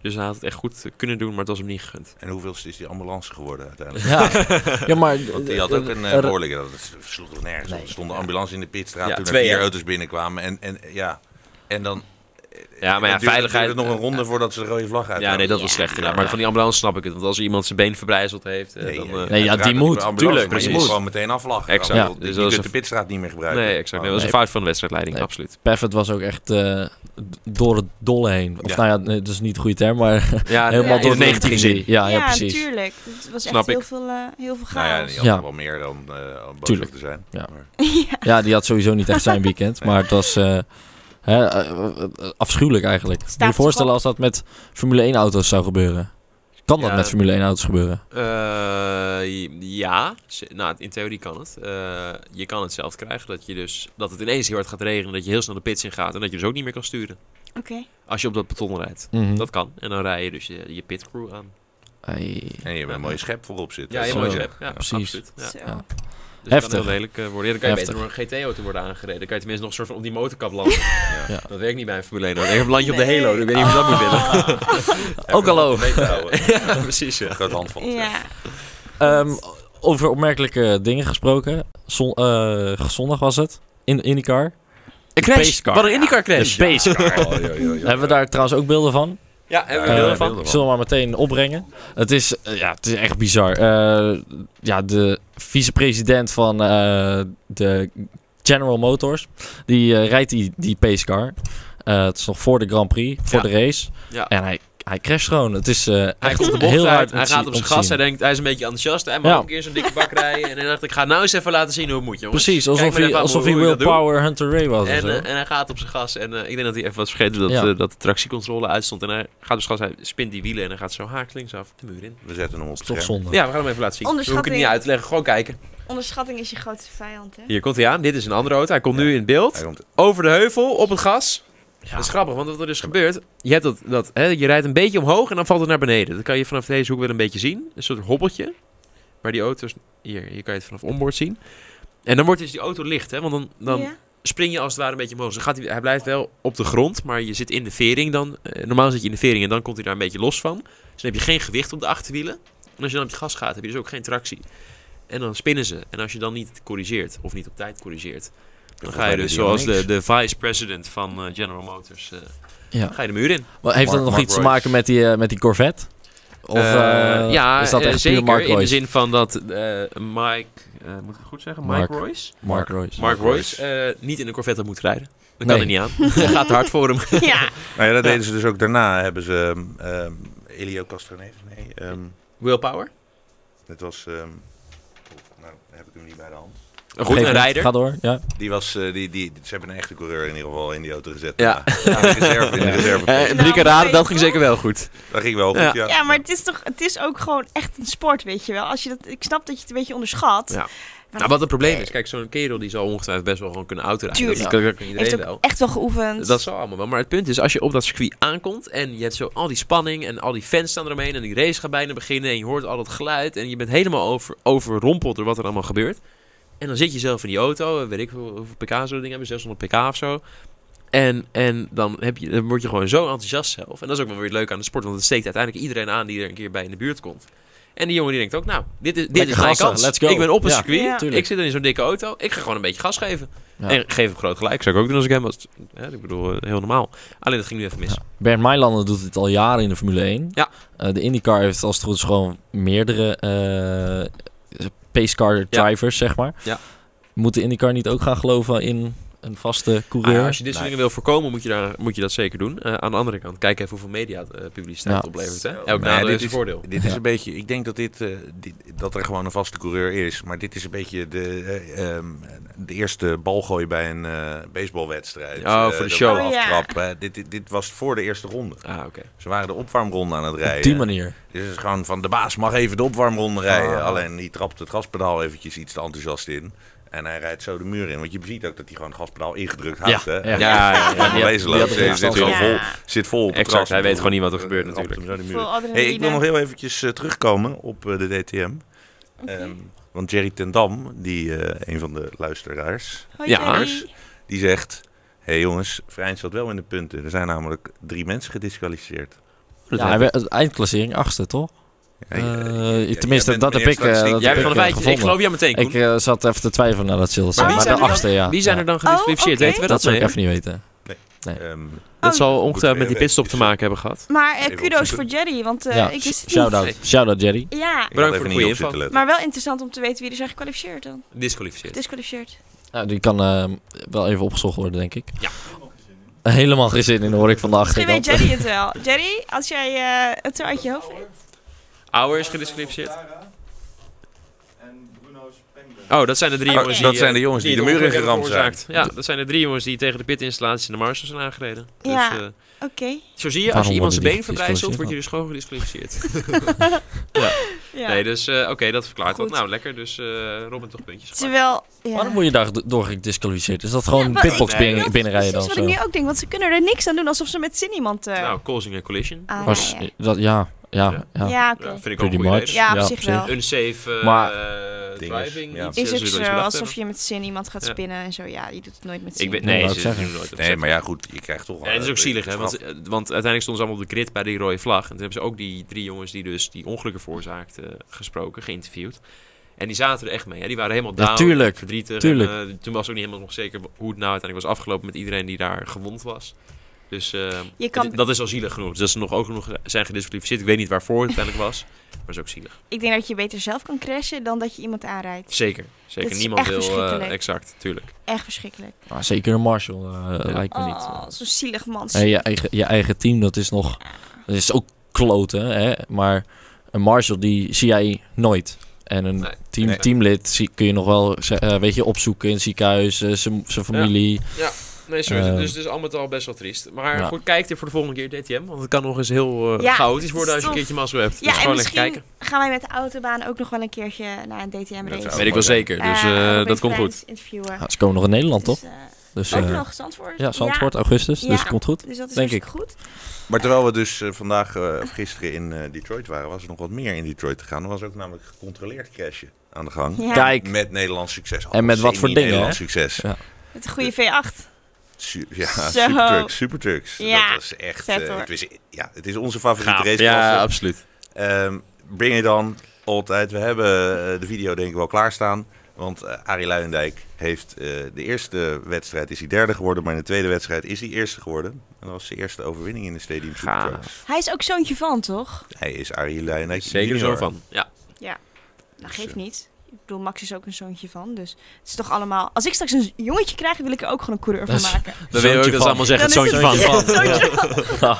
Speaker 1: Dus hij had het echt goed eh, kunnen doen, maar het was hem niet gegund.
Speaker 4: En hoeveelste is die ambulance geworden uiteindelijk?
Speaker 2: Ja. ja, maar...
Speaker 4: Want die had ook een eh,
Speaker 2: Er-
Speaker 4: behoorlijke, dat is- sloeg toch nergens op.
Speaker 2: Nee.
Speaker 4: Er stond een ambulance in de pitstraat
Speaker 1: Ja,
Speaker 4: toen er
Speaker 1: twee,
Speaker 4: vier
Speaker 1: hè?
Speaker 4: auto's binnenkwamen. En, en, eh, ja. en dan... eh,
Speaker 1: ja,
Speaker 4: dan duurde-
Speaker 1: veiligheid- eh,
Speaker 4: duurde nog een ronde voordat ze de rode vlag uit
Speaker 1: Ja, nee, dat was
Speaker 3: Ja.
Speaker 1: slecht inderdaad. Maar van die ambulance snap ik het. Want als iemand zijn been verbrijzeld heeft, eh, dan... eh,
Speaker 2: Nee, ja, die moet, tuurlijk,
Speaker 4: Maar je
Speaker 1: precies.
Speaker 4: moet gewoon meteen aflachen.
Speaker 1: Exact.
Speaker 4: Ja,
Speaker 1: Ja, dus
Speaker 4: je
Speaker 1: dat is
Speaker 4: kunt
Speaker 1: een-
Speaker 4: de pitstraat niet meer gebruiken.
Speaker 1: nee, exact. Nee,
Speaker 4: Oh,
Speaker 1: dat was een
Speaker 2: Nee.
Speaker 1: fout van de wedstrijdleiding,
Speaker 2: Nee.
Speaker 1: absoluut.
Speaker 2: Perfect was ook echt eh, d- door het dolle heen. Of
Speaker 4: Ja.
Speaker 2: nou ja, nee, dat is niet de goede term, maar
Speaker 1: Ja,
Speaker 2: helemaal
Speaker 3: in
Speaker 2: door
Speaker 3: het
Speaker 2: het negatieve zin. Ja, ja, precies.
Speaker 3: natuurlijk. Het was
Speaker 1: Snap
Speaker 3: echt
Speaker 1: ik.
Speaker 3: heel veel, eh, heel veel
Speaker 4: Nou ja,
Speaker 3: chaos.
Speaker 4: die had
Speaker 2: Ja.
Speaker 4: er wel meer dan eh om boos op
Speaker 2: Tuurlijk.
Speaker 4: te zijn.
Speaker 2: Ja.
Speaker 4: Maar-
Speaker 3: ja.
Speaker 2: Ja, die had sowieso niet echt zijn weekend. Maar het was eh, hè, eh, eh, afschuwelijk eigenlijk. Moet je je voorstellen als dat met Formule 1-auto's zou gebeuren. Kan dat
Speaker 1: Ja.
Speaker 2: met Formule 1 auto's gebeuren?
Speaker 1: Eh, ja, Ze- nou, in theorie kan het. Eh, je kan het zelf krijgen dat, je dus, dat het ineens heel hard gaat regenen, dat je heel snel de pits in gaat en dat je dus ook niet meer kan sturen.
Speaker 3: Oké.
Speaker 1: Als je op dat beton rijdt.
Speaker 2: Mhm.
Speaker 1: Dat kan. En dan rij je dus je, je pitcrew aan.
Speaker 2: Ei.
Speaker 4: En je hebt een mooie schep voorop zitten.
Speaker 1: Ja, je
Speaker 2: Zo.
Speaker 1: mooie schep. Ja,
Speaker 2: Precies.
Speaker 1: absoluut. Ja.
Speaker 3: Zo.
Speaker 2: Ja.
Speaker 1: Dus het kan
Speaker 2: Heftig.
Speaker 1: heel lelijk eh, worden. Ja, dan kan je
Speaker 2: Heftig.
Speaker 1: beter door een GT-auto worden aangereden. Dan kan je tenminste nog een soort van op die motorkap landen.
Speaker 2: Ja.
Speaker 1: Dat werkt niet bij een Formule 1 auto. Ik heb een landje op de
Speaker 3: Nee.
Speaker 1: Halo. dus Ik weet niet of je dat moet willen.
Speaker 2: Ook hallo.
Speaker 1: Ja, precies, ja.
Speaker 4: Groot handvat.
Speaker 3: Ja.
Speaker 2: Ehm, over opmerkelijke dingen gesproken. Zon, eh, zondag was het. In IndyCar.
Speaker 1: Een
Speaker 2: crash. Wat een IndyCar
Speaker 1: crash.
Speaker 2: De Space. Hebben we daar trouwens ook beelden van?
Speaker 1: Ja, hebben we
Speaker 2: Eh,
Speaker 1: er
Speaker 4: beelden
Speaker 1: van.
Speaker 4: van.
Speaker 2: Ik zal hem maar meteen opbrengen. Het is, eh, ja, het is echt bizar. Eh, ja, de vicepresident van eh, de General Motors, die eh, rijdt die, die pacecar. Eh, het is nog voor de Grand Prix, voor
Speaker 1: Ja.
Speaker 2: de race.
Speaker 1: Ja.
Speaker 2: En hij, hij crasht gewoon. Het is eh
Speaker 1: Hij
Speaker 2: echt
Speaker 1: komt de bocht
Speaker 2: heel
Speaker 1: uit,
Speaker 2: hard
Speaker 1: hij gaat op zijn gas, hij denkt, hij is een beetje enthousiast, hij mag
Speaker 2: Ja.
Speaker 1: ook een keer zo'n dikke bak rijden. En hij dacht, ik ga nou eens even laten zien hoe het moet, jongens.
Speaker 2: Precies,
Speaker 1: Kijk
Speaker 2: alsof
Speaker 1: maar
Speaker 2: hij,
Speaker 1: even aan
Speaker 2: alsof
Speaker 1: hoe-
Speaker 2: hij
Speaker 1: hoe
Speaker 2: Will
Speaker 1: ik dat doe.
Speaker 2: Power Hunter Ray was of
Speaker 1: En,
Speaker 2: zo.
Speaker 1: eh, en hij gaat op zijn gas en eh, ik denk dat hij even was vergeten dat,
Speaker 2: Ja.
Speaker 1: eh, dat de tractiecontrole uitstond. En hij gaat op zijn gas, hij spint die wielen en hij gaat zo haaks linksaf de muur in.
Speaker 4: We zetten hem op
Speaker 2: is
Speaker 4: het
Speaker 2: toch
Speaker 4: scherm.
Speaker 2: zonde.
Speaker 1: Ja, we gaan hem even laten zien. We hoeven het
Speaker 3: Onderschatting.
Speaker 1: niet uit te leggen, gewoon kijken.
Speaker 3: Onderschatting is je grootste vijand, hè?
Speaker 1: Hier komt hij aan, dit is een andere auto, hij komt
Speaker 4: Ja.
Speaker 1: nu in beeld.
Speaker 4: Hij komt-
Speaker 1: over de heuvel, op het gas. Dat is grappig, want wat er dus gebeurt, je, hebt dat, dat, hè, je rijdt een beetje omhoog en dan valt het naar beneden. Dat kan je vanaf deze hoek weer een beetje zien. Een soort hobbeltje. Waar die auto's, hier, hier kan je het vanaf onboard zien. En dan wordt dus die auto licht, hè, want dan, dan
Speaker 3: Ja?
Speaker 1: spring je als het ware een beetje omhoog. Dus dan gaat hij, hij blijft wel op de grond, maar je zit in de vering dan. Eh, normaal zit je in de vering en dan komt hij daar een beetje los van. Dus dan heb je geen gewicht op de achterwielen. En als je dan op je gas gaat, heb je dus ook geen tractie. En dan spinnen ze. En als je dan niet corrigeert, of niet op tijd corrigeert, dan
Speaker 4: Volgens
Speaker 1: ga je
Speaker 4: mij
Speaker 1: dus
Speaker 4: doet hij
Speaker 1: zoals de,
Speaker 4: niks.
Speaker 1: de vice-president van eh, General Motors, eh,
Speaker 2: Ja.
Speaker 1: ga je de muur in.
Speaker 2: Maar Heeft dat
Speaker 4: Mark-
Speaker 2: nog
Speaker 4: Mark
Speaker 2: iets te
Speaker 4: Royce.
Speaker 2: maken met die, eh, met die Corvette? Of
Speaker 1: Eh,
Speaker 2: eh,
Speaker 1: ja,
Speaker 2: is dat
Speaker 1: eh,
Speaker 2: echt puur
Speaker 1: zeker
Speaker 2: Mark
Speaker 1: in de
Speaker 2: Royce?
Speaker 1: zin van dat eh, Mike, eh, moet ik het goed zeggen, Mike
Speaker 2: Mark.
Speaker 1: Royce?
Speaker 2: Mark Royce.
Speaker 1: Mark
Speaker 4: Mark
Speaker 1: Royce eh, niet in de Corvette moet rijden. Dat
Speaker 2: Nee.
Speaker 1: kan er niet aan. Dat gaat te hard voor hem.
Speaker 3: ja.
Speaker 4: Nou ja, dat deden ze dus ook daarna. Hebben ze ehm, ehm, Elio Castroneves? Nee, ehm,
Speaker 1: Willpower.
Speaker 4: het was... ehm, oh, nou, heb ik hem niet bij de hand.
Speaker 1: Goed, een
Speaker 2: Geef-
Speaker 1: rijder.
Speaker 2: Ga door, ja.
Speaker 4: Die was, eh, die, die, ze hebben een echte coureur in ieder geval in die auto gezet.
Speaker 1: Ja.
Speaker 4: daarna. In de reserve, in de
Speaker 2: Ja.
Speaker 4: reserve.
Speaker 1: Eh,
Speaker 3: Nou,
Speaker 1: drie keer
Speaker 3: maar
Speaker 1: raden,
Speaker 3: weet
Speaker 1: dat
Speaker 3: je
Speaker 1: ging
Speaker 3: wel.
Speaker 1: zeker wel goed.
Speaker 4: Dat ging wel goed,
Speaker 1: Ja.
Speaker 4: ja.
Speaker 3: ja, maar het is toch, het is ook gewoon echt een sport, weet je wel. Als je dat, ik snap dat je het een beetje onderschat.
Speaker 1: Ja.
Speaker 3: Maar
Speaker 1: Nou, wat het probleem is, kijk, zo'n kerel die zal ongetwijfeld best wel gewoon kunnen autorijden.
Speaker 3: Tuurlijk.
Speaker 1: Dat kan- dat kan
Speaker 3: heeft
Speaker 1: iedereen
Speaker 3: ook
Speaker 1: wel.
Speaker 3: echt wel geoefend.
Speaker 1: Dat zal allemaal wel. Maar het punt is, als je op dat circuit aankomt en je hebt zo al die spanning en al die fans staan eromheen en die race gaat bijna beginnen en je hoort al dat geluid en je bent helemaal over, overrompeld door wat er allemaal gebeurt. En dan zit je zelf in die auto, eh, weet ik veel, hoeveel pk zo'n ding hebben, 600 pk of zo. En, en dan, heb je, dan word je gewoon zo enthousiast zelf. En dat is ook wel weer leuk aan de sport, want het steekt uiteindelijk iedereen aan die er een keer bij in de buurt komt. En die jongen die denkt ook, nou, dit is, dit
Speaker 2: Lekker
Speaker 1: is mijn
Speaker 2: gassen,
Speaker 1: kans.
Speaker 2: let's go.
Speaker 1: Ik ben op een
Speaker 2: Ja.
Speaker 1: circuit,
Speaker 3: Ja.
Speaker 2: Tuurlijk.
Speaker 1: ik zit er in zo'n dikke auto, ik ga gewoon een beetje gas geven.
Speaker 2: Ja.
Speaker 1: En geef hem groot gelijk, zou ik ook doen als ik hem was. Ja, ik bedoel, eh, heel normaal. Alleen dat ging nu even mis.
Speaker 2: Bernd Meilander doet dit al jaren in de Formule 1.
Speaker 1: Ja.
Speaker 2: Eh, de IndyCar heeft als het goed is gewoon meerdere eh pacecar drivers, zeg maar.
Speaker 1: Ja.
Speaker 2: Moet de IndyCar niet ook gaan geloven in een vaste
Speaker 1: Ah
Speaker 2: coureur?
Speaker 1: ja, als je dit soort dingen wil voorkomen, moet je, daar, moet je dat zeker doen. Eh, aan de andere kant, kijk even hoeveel media eh, publiciteit
Speaker 2: Ja.
Speaker 1: het oplevert. Hè?
Speaker 4: Nee,
Speaker 1: Elk nadeel
Speaker 4: dit
Speaker 1: heeft een
Speaker 4: is-
Speaker 1: voordeel.
Speaker 4: Dit is een beetje, ik denk dat dit, eh, dit- dat er gewoon een vaste coureur is. Maar dit is een beetje de, eh, ehm, de eerste balgooi bij een eh, baseballwedstrijd.
Speaker 1: Oh, voor
Speaker 4: Eh,
Speaker 1: de
Speaker 4: dat
Speaker 1: show.
Speaker 4: bal
Speaker 3: Oh, ja.
Speaker 4: aftrap. Eh, dit, dit, dit was voor de eerste ronde.
Speaker 1: Ah, oké.
Speaker 4: Ze waren de opwarmronde aan het rijden.
Speaker 2: Op die manier.
Speaker 4: Dit Dus is gewoon van de baas mag even de opwarmronde rijden.
Speaker 1: Ah.
Speaker 4: Alleen die trapt het gaspedaal eventjes iets te enthousiast in. En hij rijdt zo de muur in. Want je ziet ook dat hij gewoon het gaspedaal ingedrukt houdt. hè?
Speaker 2: Ja.
Speaker 1: ja,
Speaker 4: Maar
Speaker 1: die had- die had
Speaker 4: wezenloos.
Speaker 1: er
Speaker 4: Hij
Speaker 1: geen
Speaker 4: zit,
Speaker 1: verstand
Speaker 4: gewoon
Speaker 3: van.
Speaker 4: vol,
Speaker 3: Ja.
Speaker 4: zit vol op het
Speaker 1: Exact,
Speaker 4: gras.
Speaker 1: hij weet gewoon niet wat er gebeurt
Speaker 4: Ramt
Speaker 1: natuurlijk.
Speaker 4: hem zo de muur in.
Speaker 3: Vol adrenaline.
Speaker 4: Hey, ik wil nog heel eventjes eh, terugkomen op eh, de DTM. Ehm, want Jerry ten Dam, die, eh, een van de luisteraars,
Speaker 3: Hoi,
Speaker 1: Ja.
Speaker 3: Jerry.
Speaker 4: die zegt... Hé hey jongens, Vrijns zat wel in de punten. Er zijn namelijk drie mensen gedisqualificeerd.
Speaker 1: Dat
Speaker 2: Ja, hij werd het eindklassering achtste, toch?
Speaker 4: Hey, eh,
Speaker 2: Eh,
Speaker 4: jij
Speaker 2: tenminste,
Speaker 4: bent
Speaker 2: dat heb
Speaker 4: meneer
Speaker 2: ik, eh, dat
Speaker 4: Statistiek.
Speaker 2: heb
Speaker 1: Jij
Speaker 2: ik,
Speaker 1: hebt van de
Speaker 2: eh,
Speaker 1: feitjes. Ik
Speaker 2: gevonden.
Speaker 1: geloof jij meteen, Koen.
Speaker 2: Ik eh, zat even te twijfelen naar dat Silverstein.
Speaker 1: Maar
Speaker 2: Maar,
Speaker 1: wie
Speaker 2: de
Speaker 1: zijn er
Speaker 2: achtste, ja.
Speaker 1: Wie zijn
Speaker 2: Ja.
Speaker 1: er dan gedisqualificeerd?
Speaker 3: oké.
Speaker 1: Weten we
Speaker 2: Dat
Speaker 1: dat?
Speaker 2: zou ik
Speaker 1: nee?
Speaker 2: even niet weten.
Speaker 4: ehm,
Speaker 1: Dat zal
Speaker 4: Oh.
Speaker 1: ongetwijfeld met die pitstop te maken hebben gehad.
Speaker 3: Maar eh,
Speaker 4: Even
Speaker 3: kudo's
Speaker 4: opzoeken.
Speaker 3: voor Jerry, want eh,
Speaker 2: ja,
Speaker 3: ik wist het niet.
Speaker 2: shout-out.
Speaker 1: Nee.
Speaker 2: Shout-out, Jerry.
Speaker 3: Ja,
Speaker 4: ik had
Speaker 1: voor de
Speaker 4: even
Speaker 1: goede
Speaker 4: niet op zitten letten.
Speaker 3: maar wel interessant om te weten wie er zijn gekwalificeerd dan.
Speaker 1: Disqualificeerd.
Speaker 3: Disqualificeerd.
Speaker 2: Nou, die kan eh, wel even opgezocht worden, denk ik. Eh,
Speaker 1: Ja.
Speaker 2: Helemaal geen zin in, hoor ik van de
Speaker 3: Misschien weet
Speaker 2: achterkant. Eh,
Speaker 3: Jerry het wel. Jerry, als jij eh, het zo uit je hoofd weet.
Speaker 1: Auer is gedisqualificeerd.
Speaker 5: En Bruno Spengler.
Speaker 1: Oh, dat zijn de drie
Speaker 4: Oh,
Speaker 1: jongens die...
Speaker 4: dat
Speaker 1: eh,
Speaker 4: zijn de jongens die de muur
Speaker 1: ongeluk
Speaker 4: in
Speaker 1: hebben
Speaker 4: geramd zijn.
Speaker 1: veroorzaakt. Ja, dat zijn de drie jongens die tegen de pitinstallatie in de Mars zijn aangereden.
Speaker 3: Ja.
Speaker 1: Dus, eh,
Speaker 3: Oké.
Speaker 1: zo zie je, als
Speaker 2: Waarom
Speaker 1: je iemand zijn been
Speaker 2: worden die
Speaker 1: verbrijzelt, word je dus
Speaker 2: gedisqualificeerd?
Speaker 1: gewoon gedisqualificeerd.
Speaker 3: Ja.
Speaker 1: Nee, dus eh, oké, dat verklaart wat.
Speaker 3: Goed.
Speaker 1: Nou, lekker. Dus eh Robin toch puntjes. gepakt.
Speaker 3: Terwijl... Ja.
Speaker 2: Waarom word je daar door gedisqualificeerd? Is dat gewoon
Speaker 3: Ja, maar
Speaker 2: pitbox
Speaker 1: ik-
Speaker 2: binnen,
Speaker 1: dat is
Speaker 2: binnenrijden
Speaker 3: Precies
Speaker 2: dan?
Speaker 3: wat
Speaker 2: zo?
Speaker 3: ik nu ook denk, want ze kunnen er niks aan doen alsof ze met zin iemand... eh
Speaker 1: Nou, causing a collision.
Speaker 3: aanrijden.
Speaker 2: Was, dat, ja, ja, ja.
Speaker 3: ja, ja oké.
Speaker 1: Ja, vind ik ook
Speaker 2: Pretty
Speaker 1: een goede
Speaker 2: much.
Speaker 1: reden.
Speaker 3: Ja, op zich wel.
Speaker 1: Unsafe eh,
Speaker 2: Maar-
Speaker 1: eh,
Speaker 4: Dinges,
Speaker 1: driving.
Speaker 4: ja.
Speaker 1: iets,
Speaker 3: Is
Speaker 1: eh,
Speaker 3: ook
Speaker 1: zullen we
Speaker 3: zo,
Speaker 1: eens bedacht
Speaker 3: alsof
Speaker 1: hebben.
Speaker 3: je met zin iemand gaat
Speaker 1: Ja.
Speaker 3: spinnen en zo. Ja, die doet het nooit met zin.
Speaker 1: Ik weet,
Speaker 2: Ja,
Speaker 1: nee,
Speaker 2: wou
Speaker 1: ze
Speaker 2: ik zeggen.
Speaker 1: doen nooit op
Speaker 4: Nee,
Speaker 1: zet.
Speaker 4: maar ja, goed, je krijgt toch...
Speaker 1: Ja, en het is ook
Speaker 4: eh,
Speaker 1: zielig, hè?
Speaker 4: straf.
Speaker 1: Want, eh, want uiteindelijk stonden ze allemaal op de grid bij die rode vlag. En toen hebben ze ook die drie jongens die dus die ongelukken veroorzaakten eh, gesproken, geïnterviewd. En die zaten er echt mee. Hè? Die waren helemaal
Speaker 2: Ja,
Speaker 1: down,
Speaker 2: tuurlijk,
Speaker 1: verdrietig.
Speaker 2: tuurlijk.
Speaker 1: En, eh, toen was ook niet helemaal nog zeker hoe het nou uiteindelijk was afgelopen met iedereen die daar gewond was. Dus eh,
Speaker 3: Je kan,
Speaker 1: d- dat is al zielig genoeg. Dus dat ze nog ook nog zijn gedisqualificeerd. Ik weet niet waarvoor het uiteindelijk was. Maar het is ook zielig.
Speaker 3: ik denk dat je beter zelf kan crashen dan dat je iemand aanrijdt.
Speaker 1: Zeker. Zeker.
Speaker 3: Dit is
Speaker 1: Niemand
Speaker 3: echt
Speaker 1: wil. eh,
Speaker 3: verschrikkelijk.
Speaker 1: exact, tuurlijk.
Speaker 3: Echt verschrikkelijk.
Speaker 2: Maar zeker een Marshall eh,
Speaker 1: Ja.
Speaker 2: lijkt me niet.
Speaker 3: Oh, zo'n zielig man.
Speaker 2: Hey, je, eigen, je eigen team, dat is nog. Dat is ook kloten, hè? Maar een Marshall, die zie jij nooit. En een
Speaker 1: Nee.
Speaker 2: team,
Speaker 4: Nee.
Speaker 2: teamlid zie, kun je nog wel ze- eh, weet je, opzoeken in het ziekenhuis, eh, zijn zijn familie.
Speaker 1: Nee, sorry.
Speaker 2: Ehm.
Speaker 1: dus het is al met al best wel triest. Maar
Speaker 2: Ja.
Speaker 1: goed, kijk er voor de volgende keer DTM. Want het kan nog eens heel eh,
Speaker 3: Ja,
Speaker 1: chaotisch worden
Speaker 3: het
Speaker 1: als
Speaker 3: is
Speaker 1: je een keertje
Speaker 3: tof.
Speaker 1: mazzel hebt.
Speaker 3: ja,
Speaker 1: dus
Speaker 3: en
Speaker 1: gewoon lekker
Speaker 3: misschien
Speaker 1: kijken.
Speaker 3: gaan wij met de autobaan ook nog wel een keertje naar een DTM-race.
Speaker 4: Dat
Speaker 1: weet ik wel zeker. Dus eh, dat komt goed.
Speaker 3: Interviewen.
Speaker 2: Ja, ze komen nog in Nederland, toch?
Speaker 3: Dus, eh,
Speaker 2: Dus,
Speaker 3: ook
Speaker 2: eh,
Speaker 3: nog Zandvoort.
Speaker 2: ja, Zandvoort, augustus.
Speaker 3: Ja.
Speaker 2: Dus het komt goed.
Speaker 3: Ja, dus dat is
Speaker 2: denk
Speaker 3: denk ik. goed.
Speaker 4: Maar terwijl we dus eh, vandaag eh, of gisteren in eh, Detroit waren, was er nog wat meer in Detroit te gaan. Er was ook namelijk gecontroleerd crashen aan de gang.
Speaker 3: Ja,
Speaker 2: Kijk,
Speaker 4: Met Nederlands succes.
Speaker 2: En met wat voor dingen,
Speaker 4: Nederlands succes.
Speaker 2: Ja.
Speaker 3: met een goede V8.
Speaker 4: Su- ja,
Speaker 3: Zo.
Speaker 4: supertrucks, supertrucks.
Speaker 3: Ja,
Speaker 4: Dat was echt...
Speaker 3: vet
Speaker 4: eh,
Speaker 3: hoor.
Speaker 4: het, is, ja, het is onze favoriete
Speaker 1: Gaaf.
Speaker 4: raceklasse.
Speaker 1: Ja, absoluut.
Speaker 4: Ehm, bring it on, altijd. We hebben eh, de video denk ik wel klaarstaan. Want eh Arie Luijendijk heeft eh, de eerste wedstrijd is hij derde geworden. Maar in de tweede wedstrijd is hij eerste geworden. En dat was zijn eerste overwinning in de Stadium
Speaker 1: Gaaf.
Speaker 4: Supertrucks.
Speaker 3: Hij is ook zoontje van, toch?
Speaker 4: Hij is Arie Luijendijk
Speaker 1: Zeker zo
Speaker 4: junior.
Speaker 1: van. Ja.
Speaker 3: Nou,
Speaker 4: Dus,
Speaker 3: geeft
Speaker 4: eh,
Speaker 3: niet. Ik bedoel, Max is ook een zoontje van. Dus het is toch allemaal... Als ik straks een jongetje krijg, wil ik er ook gewoon een coureur van
Speaker 2: Dat is-
Speaker 3: maken.
Speaker 1: Dan wil je ook
Speaker 2: Zoontje
Speaker 1: dat ze
Speaker 2: van.
Speaker 1: allemaal zeggen, het
Speaker 3: Dan is
Speaker 1: zoontje
Speaker 3: het-
Speaker 1: van.
Speaker 3: Ja,
Speaker 1: van.
Speaker 3: het zoontje van.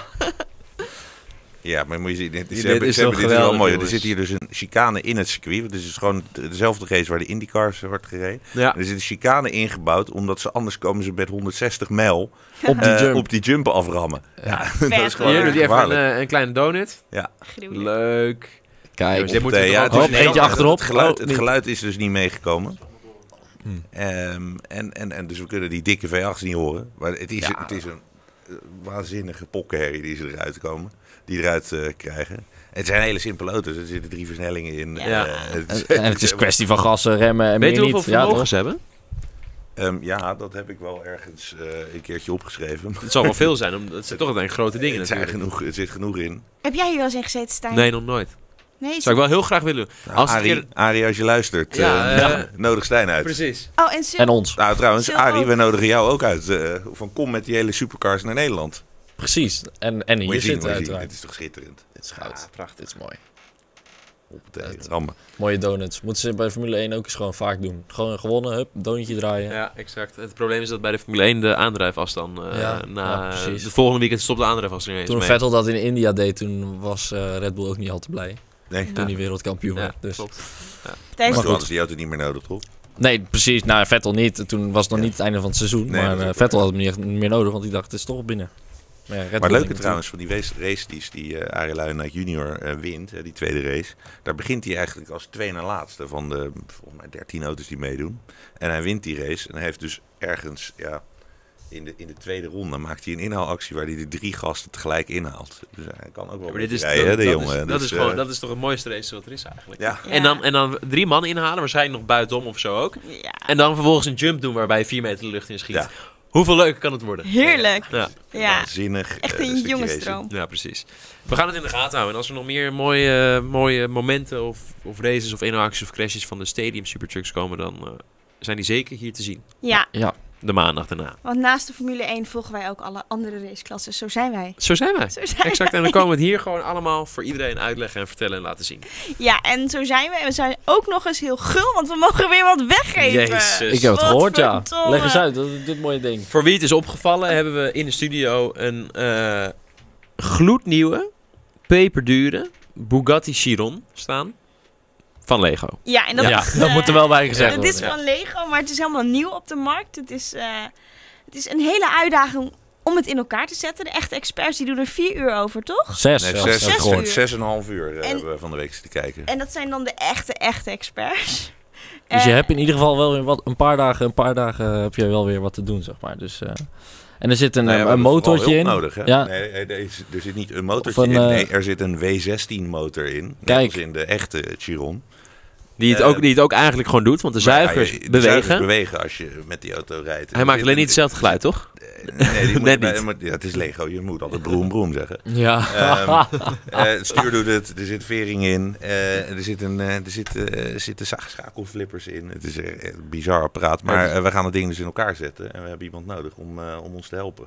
Speaker 4: Ja, maar moet je zien, dit is,
Speaker 1: Dit
Speaker 4: ze hebben-
Speaker 1: is
Speaker 4: ze hebben
Speaker 1: toch
Speaker 4: dit is wel
Speaker 1: geweldig,
Speaker 4: mooi. Er
Speaker 1: jongens.
Speaker 4: zit hier dus een chicane in het circuit. want Dus het is gewoon de- dezelfde race waar de IndyCars wordt gereden.
Speaker 1: Ja.
Speaker 4: En er zit een chicane ingebouwd, omdat ze anders komen ze met 160 mijl
Speaker 2: op die
Speaker 4: eh,
Speaker 2: jump.
Speaker 4: op die jumpen aframmen. Ja, dat is
Speaker 3: Vet,
Speaker 4: gewoon
Speaker 3: hoor.
Speaker 1: Hier doet
Speaker 4: echt
Speaker 1: hij even een,
Speaker 4: gevaarlijk.
Speaker 1: eh, een kleine donut.
Speaker 3: Gruwelijk.
Speaker 1: Leuk.
Speaker 2: Kijk,
Speaker 1: Jongens, dit moeten we
Speaker 4: Nee,
Speaker 1: toch
Speaker 4: ja,
Speaker 1: ook
Speaker 4: het
Speaker 1: gewoon
Speaker 4: is
Speaker 2: Hop,
Speaker 4: een
Speaker 2: eentje
Speaker 4: jammer.
Speaker 2: achterop.
Speaker 4: Het geluid,
Speaker 2: Oh,
Speaker 4: het
Speaker 2: niet.
Speaker 4: geluid is dus niet meegekomen.
Speaker 2: Hmm.
Speaker 4: Ehm, en, en, en dus we kunnen die dikke V8's niet horen. Maar het is, het is een eh, waanzinnige pokkenherrie die ze eruit komen. Die eruit eh, krijgen. Het zijn hele simpele auto's. Er zitten drie versnellingen in.
Speaker 1: Ja.
Speaker 4: Eh,
Speaker 2: en, en het is een kwestie van gassen, remmen en
Speaker 1: Weet je
Speaker 2: meer
Speaker 1: hoeveel
Speaker 2: niet. Ja,
Speaker 1: vermogen
Speaker 2: toch?
Speaker 1: ze hebben?
Speaker 4: Ehm, ja, dat heb ik wel ergens eh, een keertje opgeschreven.
Speaker 1: Het zal wel veel zijn, omdat het zijn toch uiteindelijk grote dingen
Speaker 4: het, zijn
Speaker 1: natuurlijk.
Speaker 4: genoeg, het zit genoeg in.
Speaker 3: Heb jij hier wel eens in gezeten, Stijn?
Speaker 1: Nee, nog nooit.
Speaker 3: Nee,
Speaker 1: Zou ik wel heel graag willen.
Speaker 4: Nou,
Speaker 1: Als het
Speaker 4: Arie,
Speaker 1: keer-
Speaker 4: Arie, als je luistert,
Speaker 1: Ja,
Speaker 4: eh,
Speaker 1: eh,
Speaker 4: nodig Stijn uit.
Speaker 1: Precies.
Speaker 3: Oh, en ze...
Speaker 2: En ons.
Speaker 4: Nou, trouwens,
Speaker 3: Zo
Speaker 4: Arie,
Speaker 3: ook.
Speaker 4: we nodigen jou ook uit. eh, van kom met die hele supercars naar Nederland.
Speaker 2: Precies. En, en
Speaker 4: Moet
Speaker 2: hier
Speaker 4: je
Speaker 2: zit
Speaker 4: zien, moet je zien. Dit
Speaker 2: uiteraard.
Speaker 4: is toch schitterend.
Speaker 2: Dit is goud. Dit is mooi.
Speaker 4: Op het eh,
Speaker 2: Het-
Speaker 4: rammen.
Speaker 2: Mooie donuts. Moeten ze bij Formule 1 ook eens gewoon vaak doen. Gewoon gewonnen, hup, donutje draaien.
Speaker 1: Ja, exact. Het probleem is dat bij de Formule 1 de aandrijfafstand... eh
Speaker 2: Ja, ja,
Speaker 1: na,
Speaker 2: precies.
Speaker 1: de volgende weekend stopt de aandrijfafstand ineens
Speaker 2: Toen
Speaker 1: mee.
Speaker 2: Vettel dat in India deed, toen was eh, Red Bull ook niet al te blij.
Speaker 4: Nee,
Speaker 2: Toen
Speaker 1: Ja.
Speaker 2: hij wereldkampioen
Speaker 1: Ja,
Speaker 2: werd. Dus.
Speaker 1: klopt.
Speaker 4: maar
Speaker 3: Tijdens-
Speaker 4: toen
Speaker 2: goed.
Speaker 4: hadden ze die auto niet meer nodig, toch?
Speaker 2: Nee, precies. Nou, Vettel niet. Toen was het nog
Speaker 4: Ja.
Speaker 2: niet het einde van het seizoen.
Speaker 4: Nee,
Speaker 2: maar
Speaker 4: dat is
Speaker 2: eh,
Speaker 4: ook
Speaker 2: Vettel
Speaker 4: waar.
Speaker 2: had hem niet echt meer nodig, want die dacht, het is toch binnen. Maar, ja, Red
Speaker 4: maar
Speaker 2: Bull
Speaker 4: leuk
Speaker 2: ging
Speaker 4: trouwens, van die wees- race die, die eh, Arie Luijendijk junior eh, wint, eh, die tweede race. Daar begint hij eigenlijk als twee na laatste van de, volgens mij, 13 auto's die meedoen. En hij wint die race en hij heeft dus ergens, ja, in de, in de tweede ronde maakt hij een inhaalactie waar hij de drie gasten tegelijk inhaalt. Dus hij kan ook wel
Speaker 1: Ja,
Speaker 4: ja,
Speaker 1: maar dit is,
Speaker 4: rijden, hè,
Speaker 1: dat,
Speaker 4: de
Speaker 1: dat
Speaker 4: jongen.
Speaker 1: Is,
Speaker 4: Dus,
Speaker 1: dat, is gewoon,
Speaker 4: eh,
Speaker 1: dat is toch het mooiste race wat er is eigenlijk.
Speaker 4: Ja,
Speaker 3: Ja.
Speaker 1: En, dan, en dan drie man inhalen, waarschijnlijk nog buitenom of zo ook.
Speaker 3: Ja.
Speaker 1: En dan vervolgens een jump doen waarbij je vier meter de lucht in schiet.
Speaker 4: Ja.
Speaker 1: Hoeveel leuker kan het worden?
Speaker 3: Heerlijk.
Speaker 1: Ja,
Speaker 3: Ja.
Speaker 4: waanzinnig.
Speaker 3: Echt
Speaker 4: eh,
Speaker 3: een
Speaker 4: stukje racing.
Speaker 3: jongensdroom.
Speaker 1: ja, precies. We gaan het in de gaten houden. En als er nog meer mooie, mooie momenten of, of races of inhaalacties of crashes van de Stadium Supertrucks komen, dan eh, zijn die zeker hier te zien.
Speaker 3: Ja,
Speaker 2: Ja,
Speaker 1: De maandag daarna.
Speaker 3: want naast de Formule 1 volgen wij ook alle andere raceklassen. Zo zijn wij.
Speaker 1: Zo zijn wij.
Speaker 3: Zo zijn
Speaker 1: Exact. En dan komen we het hier gewoon allemaal voor iedereen uitleggen en vertellen en laten zien.
Speaker 3: Ja, en zo zijn we. En we zijn ook nog eens heel gul, want we mogen weer wat weggeven.
Speaker 1: Jezus.
Speaker 2: ik heb het
Speaker 3: Wat
Speaker 2: gehoord, ja.
Speaker 3: verdomme.
Speaker 2: Leg eens uit, dat is dit mooie ding.
Speaker 1: Voor wie het is opgevallen, hebben we in de studio een eh, gloednieuwe, peperdure Bugatti Chiron staan. Van Lego.
Speaker 3: Ja, en dat,
Speaker 2: ja,
Speaker 3: is,
Speaker 2: dat
Speaker 3: eh,
Speaker 2: moet er wel bij gezegd
Speaker 3: Het
Speaker 2: worden.
Speaker 3: is
Speaker 1: ja.
Speaker 3: van Lego, maar het is helemaal nieuw op de markt. Het is, eh, het is een hele uitdaging om het in elkaar te zetten. De echte experts die doen er vier uur over, toch?
Speaker 2: Zes,
Speaker 4: Nee,
Speaker 2: zelfs,
Speaker 4: zes,
Speaker 2: heb ik
Speaker 4: zes,
Speaker 3: gehoord.
Speaker 4: uur. zes en een half uur eh,
Speaker 3: En-
Speaker 4: hebben we van de week te kijken.
Speaker 3: En dat zijn dan de echte, echte experts.
Speaker 2: Dus je
Speaker 3: Eh,
Speaker 2: hebt in ieder geval wel weer wat, een paar dagen, een paar dagen eh, heb je wel weer wat te doen, zeg maar. Dus, eh, en er zit een,
Speaker 4: Nou ja,
Speaker 2: eh,
Speaker 4: we
Speaker 2: een
Speaker 4: hebben vooral
Speaker 2: motortje
Speaker 4: hulp
Speaker 2: in.
Speaker 4: Nodig, hè?
Speaker 2: Ja.
Speaker 4: Nee, nee, nee, is- er zit niet een motortje
Speaker 2: Of een,
Speaker 4: in.
Speaker 2: eh,
Speaker 4: Nee, er zit een W16 motor in. Net
Speaker 2: Kijk.
Speaker 4: als in de echte Chiron.
Speaker 1: Die het,
Speaker 4: Eh,
Speaker 1: ook, die het ook eigenlijk gewoon doet, want de
Speaker 4: Maar,
Speaker 1: zuigers
Speaker 4: ja, je- de
Speaker 1: bewegen.
Speaker 4: zuigers bewegen als je met die auto rijdt. eh,
Speaker 1: Hij maakt alleen niet hetzelfde geluid, toch?
Speaker 4: Nee, die moet
Speaker 1: Net
Speaker 4: bij-
Speaker 1: niet.
Speaker 4: moet- ja, het is Lego, je moet altijd broem broem zeggen.
Speaker 2: Ja.
Speaker 4: Ehm, Eh, het stuur doet het, er zit vering in, eh, er, zit een, eh, er zit, eh, er zitten za- schakelflippers in. Het is eh, een bizar apparaat, maar eh, we gaan het ding dus in elkaar zetten. En we hebben iemand nodig om, eh, om ons te helpen.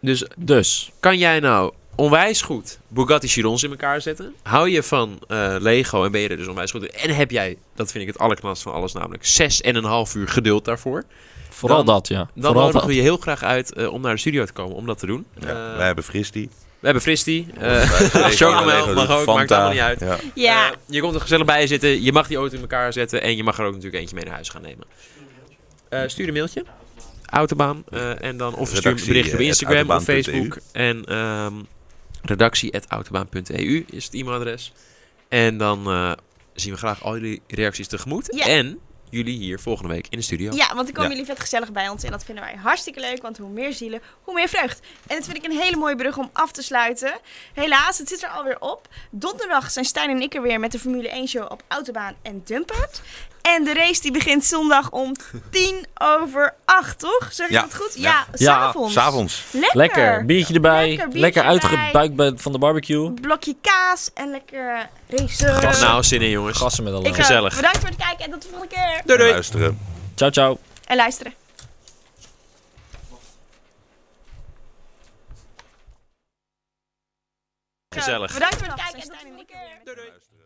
Speaker 1: Dus
Speaker 2: Dus,
Speaker 1: kan jij nou onwijs goed Bugatti Chirons in elkaar zetten? Hou je van eh, Lego en ben je er dus onwijs goed in? En heb jij, dat vind ik het allerknapst van alles, namelijk zes en een half uur geduld daarvoor?
Speaker 2: vooral
Speaker 1: Dan-
Speaker 2: dat, ja.
Speaker 1: Dan
Speaker 2: Vooral dat.
Speaker 1: nodigen we je heel graag uit eh, om naar de studio te komen om dat te doen.
Speaker 4: Ja,
Speaker 1: Eh,
Speaker 4: wij hebben Fristie.
Speaker 1: we hebben Fristy,
Speaker 4: Wij-
Speaker 1: eh
Speaker 4: Lego-
Speaker 1: Chocomel,
Speaker 4: Lego
Speaker 1: mag
Speaker 4: doet
Speaker 1: ook, maakt allemaal niet uit.
Speaker 4: Ja.
Speaker 3: Ja,
Speaker 1: Eh, je komt er gezellig bij zitten, je mag die auto in elkaar zetten en je mag er ook natuurlijk eentje mee naar huis gaan nemen. Eh, stuur een mailtje, autobaan, eh, en dan of stuur een
Speaker 4: Redactie,
Speaker 1: berichtje op
Speaker 4: eh,
Speaker 1: Instagram of
Speaker 4: autobaan.eu.
Speaker 1: Facebook. En ehm redactie.autobaan.eu E is het e-mailadres. En dan eh, zien we graag al jullie reacties tegemoet.
Speaker 3: Ja.
Speaker 1: En jullie hier volgende week in de studio.
Speaker 3: ja, want dan komen
Speaker 4: Ja.
Speaker 3: jullie vet gezellig bij ons. En dat vinden wij hartstikke leuk, want hoe meer zielen, hoe meer vreugd. En dat vind ik een hele mooie brug om af te sluiten. Helaas, het zit er alweer op. Donderdag zijn Stijn en ik er weer met de Formule 1-show op Autobaan en Dumpert. En de race die begint zondag om tien over acht, toch? Zeg ik
Speaker 4: Ja.
Speaker 3: dat goed?
Speaker 4: Ja.
Speaker 3: Ja,
Speaker 2: Ja,
Speaker 3: s'avonds.
Speaker 4: S'avonds.
Speaker 3: Lekker.
Speaker 2: Lekker, biertje erbij.
Speaker 3: Lekker
Speaker 2: Lekker,
Speaker 3: biertje
Speaker 2: uitgebuikt bij- van de barbecue.
Speaker 3: Blokje kaas en lekker racen.
Speaker 1: Gas nou zin in jongens.
Speaker 2: Gassen met een
Speaker 3: Ik, eh,
Speaker 2: lul.
Speaker 1: Gezellig.
Speaker 3: Bedankt voor het kijken en tot de volgende keer.
Speaker 1: Doei doei.
Speaker 4: Luisteren.
Speaker 2: Ciao, ciao.
Speaker 3: En luisteren.
Speaker 1: Gezellig.
Speaker 3: Bedankt voor het kijken en tot de volgende keer.
Speaker 1: Doei doei.
Speaker 4: Luisteren.